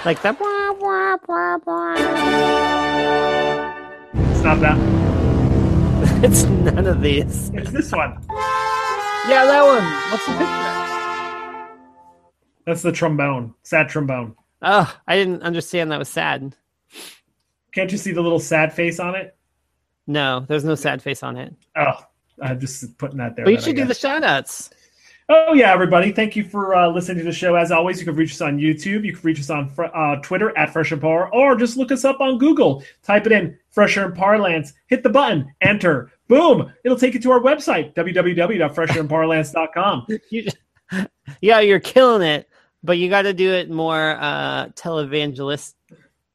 B: like that. Wah, wah, wah, wah.
A: It's not that.
B: It's none of these.
A: It's this one.
B: Yeah, that one. What's the picture?
A: That's the trombone. Sad trombone.
B: Oh, I didn't understand that was sad.
A: Can't you see the little sad face on it?
B: No, there's no sad face on it.
A: Oh, I'm just putting that there.
B: But you
A: then, I
B: should do
A: guess.
B: the shout outs.
A: Oh yeah, everybody! Thank you for uh, listening to the show. As always, you can reach us on YouTube. You can reach us on fr- uh, Twitter at Fresh and Par, or just look us up on Google. Type it in Fresher and Parlance. Hit the button. Enter. Boom! It'll take you to our website www.fresherandparlance.com.
B: Yeah, you're killing it, but you got to do it more uh televangelist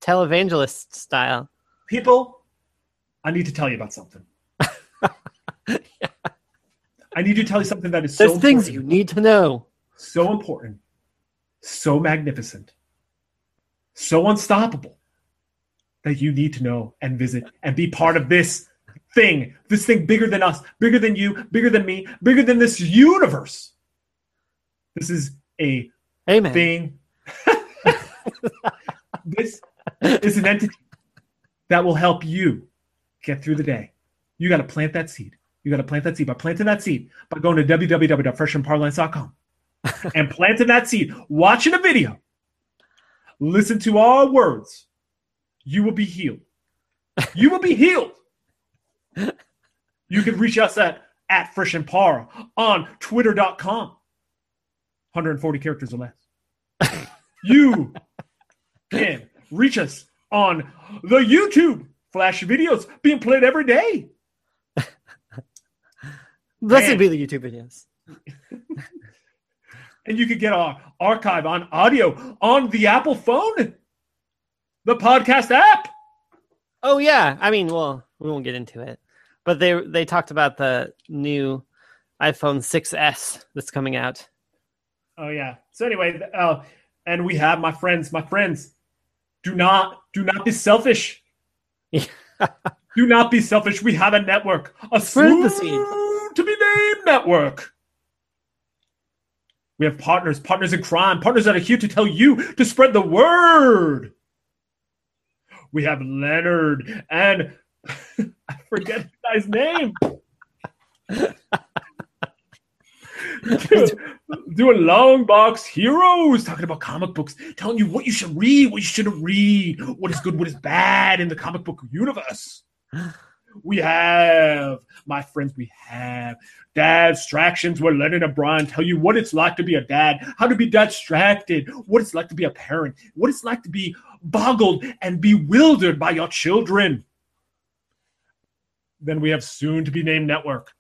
B: televangelist style.
A: People, I need to tell you about something. I need to tell you something that is so
B: There's things you
A: important,
B: need to know.
A: so important, so magnificent, so unstoppable that you need to know and visit and be part of this thing, this thing bigger than us, bigger than you, bigger than me, bigger than this universe. This is a
B: Amen.
A: thing. this is an entity that will help you get through the day. You got to plant that seed. You got to plant that seed by planting that seed by going to www.freshmanparlance.com and planting that seed, watching a video, listen to our words. You will be healed. You will be healed. You can reach us at at Frisch and Par on twitter.com. 140 characters or less. you can reach us on the YouTube flash videos being played every day.
B: Blessed be the YouTube videos.
A: and you can get our archive on audio on the Apple phone, the podcast app.
B: Oh yeah, I mean, well, we won't get into it, but they they talked about the new iPhone 6s that's coming out.
A: Oh yeah. So anyway, uh, and we have my friends, my friends, do not do not be selfish. do not be selfish. We have a network, a soon to be named network. We have partners, partners in crime, partners that are here to tell you to spread the word. We have Leonard and I forget the guy's name. doing long box heroes, talking about comic books, telling you what you should read, what you shouldn't read, what is good, what is bad in the comic book universe. We have, my friends, we have dad distractions where Leonard and Brian tell you what it's like to be a dad, how to be distracted, what it's like to be a parent, what it's like to be boggled and bewildered by your children. Then we have soon to be named network.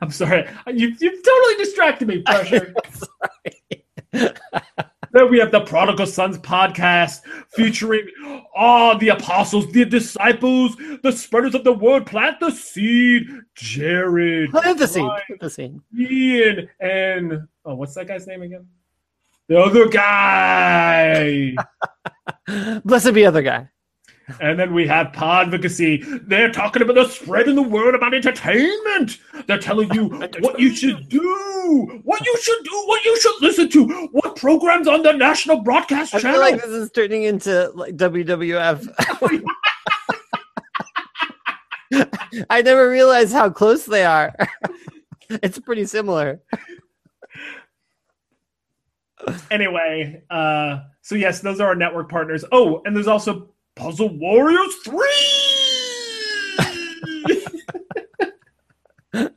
A: I'm sorry. You, you've totally distracted me, Pressure. then we have the Prodigal Sons podcast featuring all the apostles, the disciples, the spreaders of the word, plant the seed, Jared.
B: Plant the seed. Plant the seed.
A: Ian and oh, what's that guy's name again? The other guy.
B: Blessed be other guy.
A: And then we have Podvocacy. They're talking about the spreading the word about entertainment. They're telling you what you should do, what you should do, what you should listen to, what programs on the national broadcast
B: I
A: channel.
B: feel like this is turning into like WWF. I never realized how close they are. it's pretty similar.
A: Anyway, uh, so yes, those are our network partners. Oh, and there's also Puzzle Warriors 3!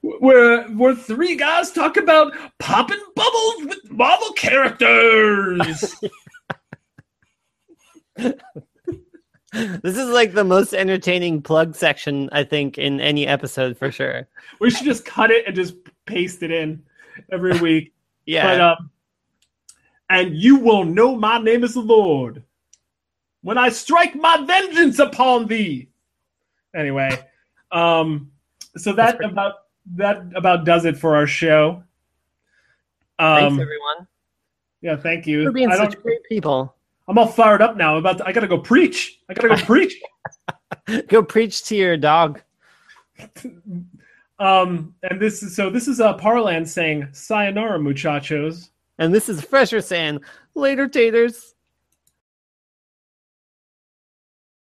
A: where, where three guys talk about popping bubbles with Marvel characters.
B: this is like the most entertaining plug section, I think, in any episode for sure.
A: We should just cut it and just paste it in every week.
B: yeah.
A: But, um, and you will know my name is the Lord when I strike my vengeance upon thee. Anyway, um, so that
B: That's right.
A: about that about does it for our show.
B: Thanks,
A: Um,
B: everyone,
A: yeah, thank
B: for
A: you.
B: being
A: I don't,
B: such great people.
A: I'm all fired up now. I'm about to, I gotta go preach. I gotta go preach.
B: Go preach to your dog.
A: Um, and this is so this is uh, Parlan saying "Sayonara, muchachos."
B: And this is Fresher saying, later, taters.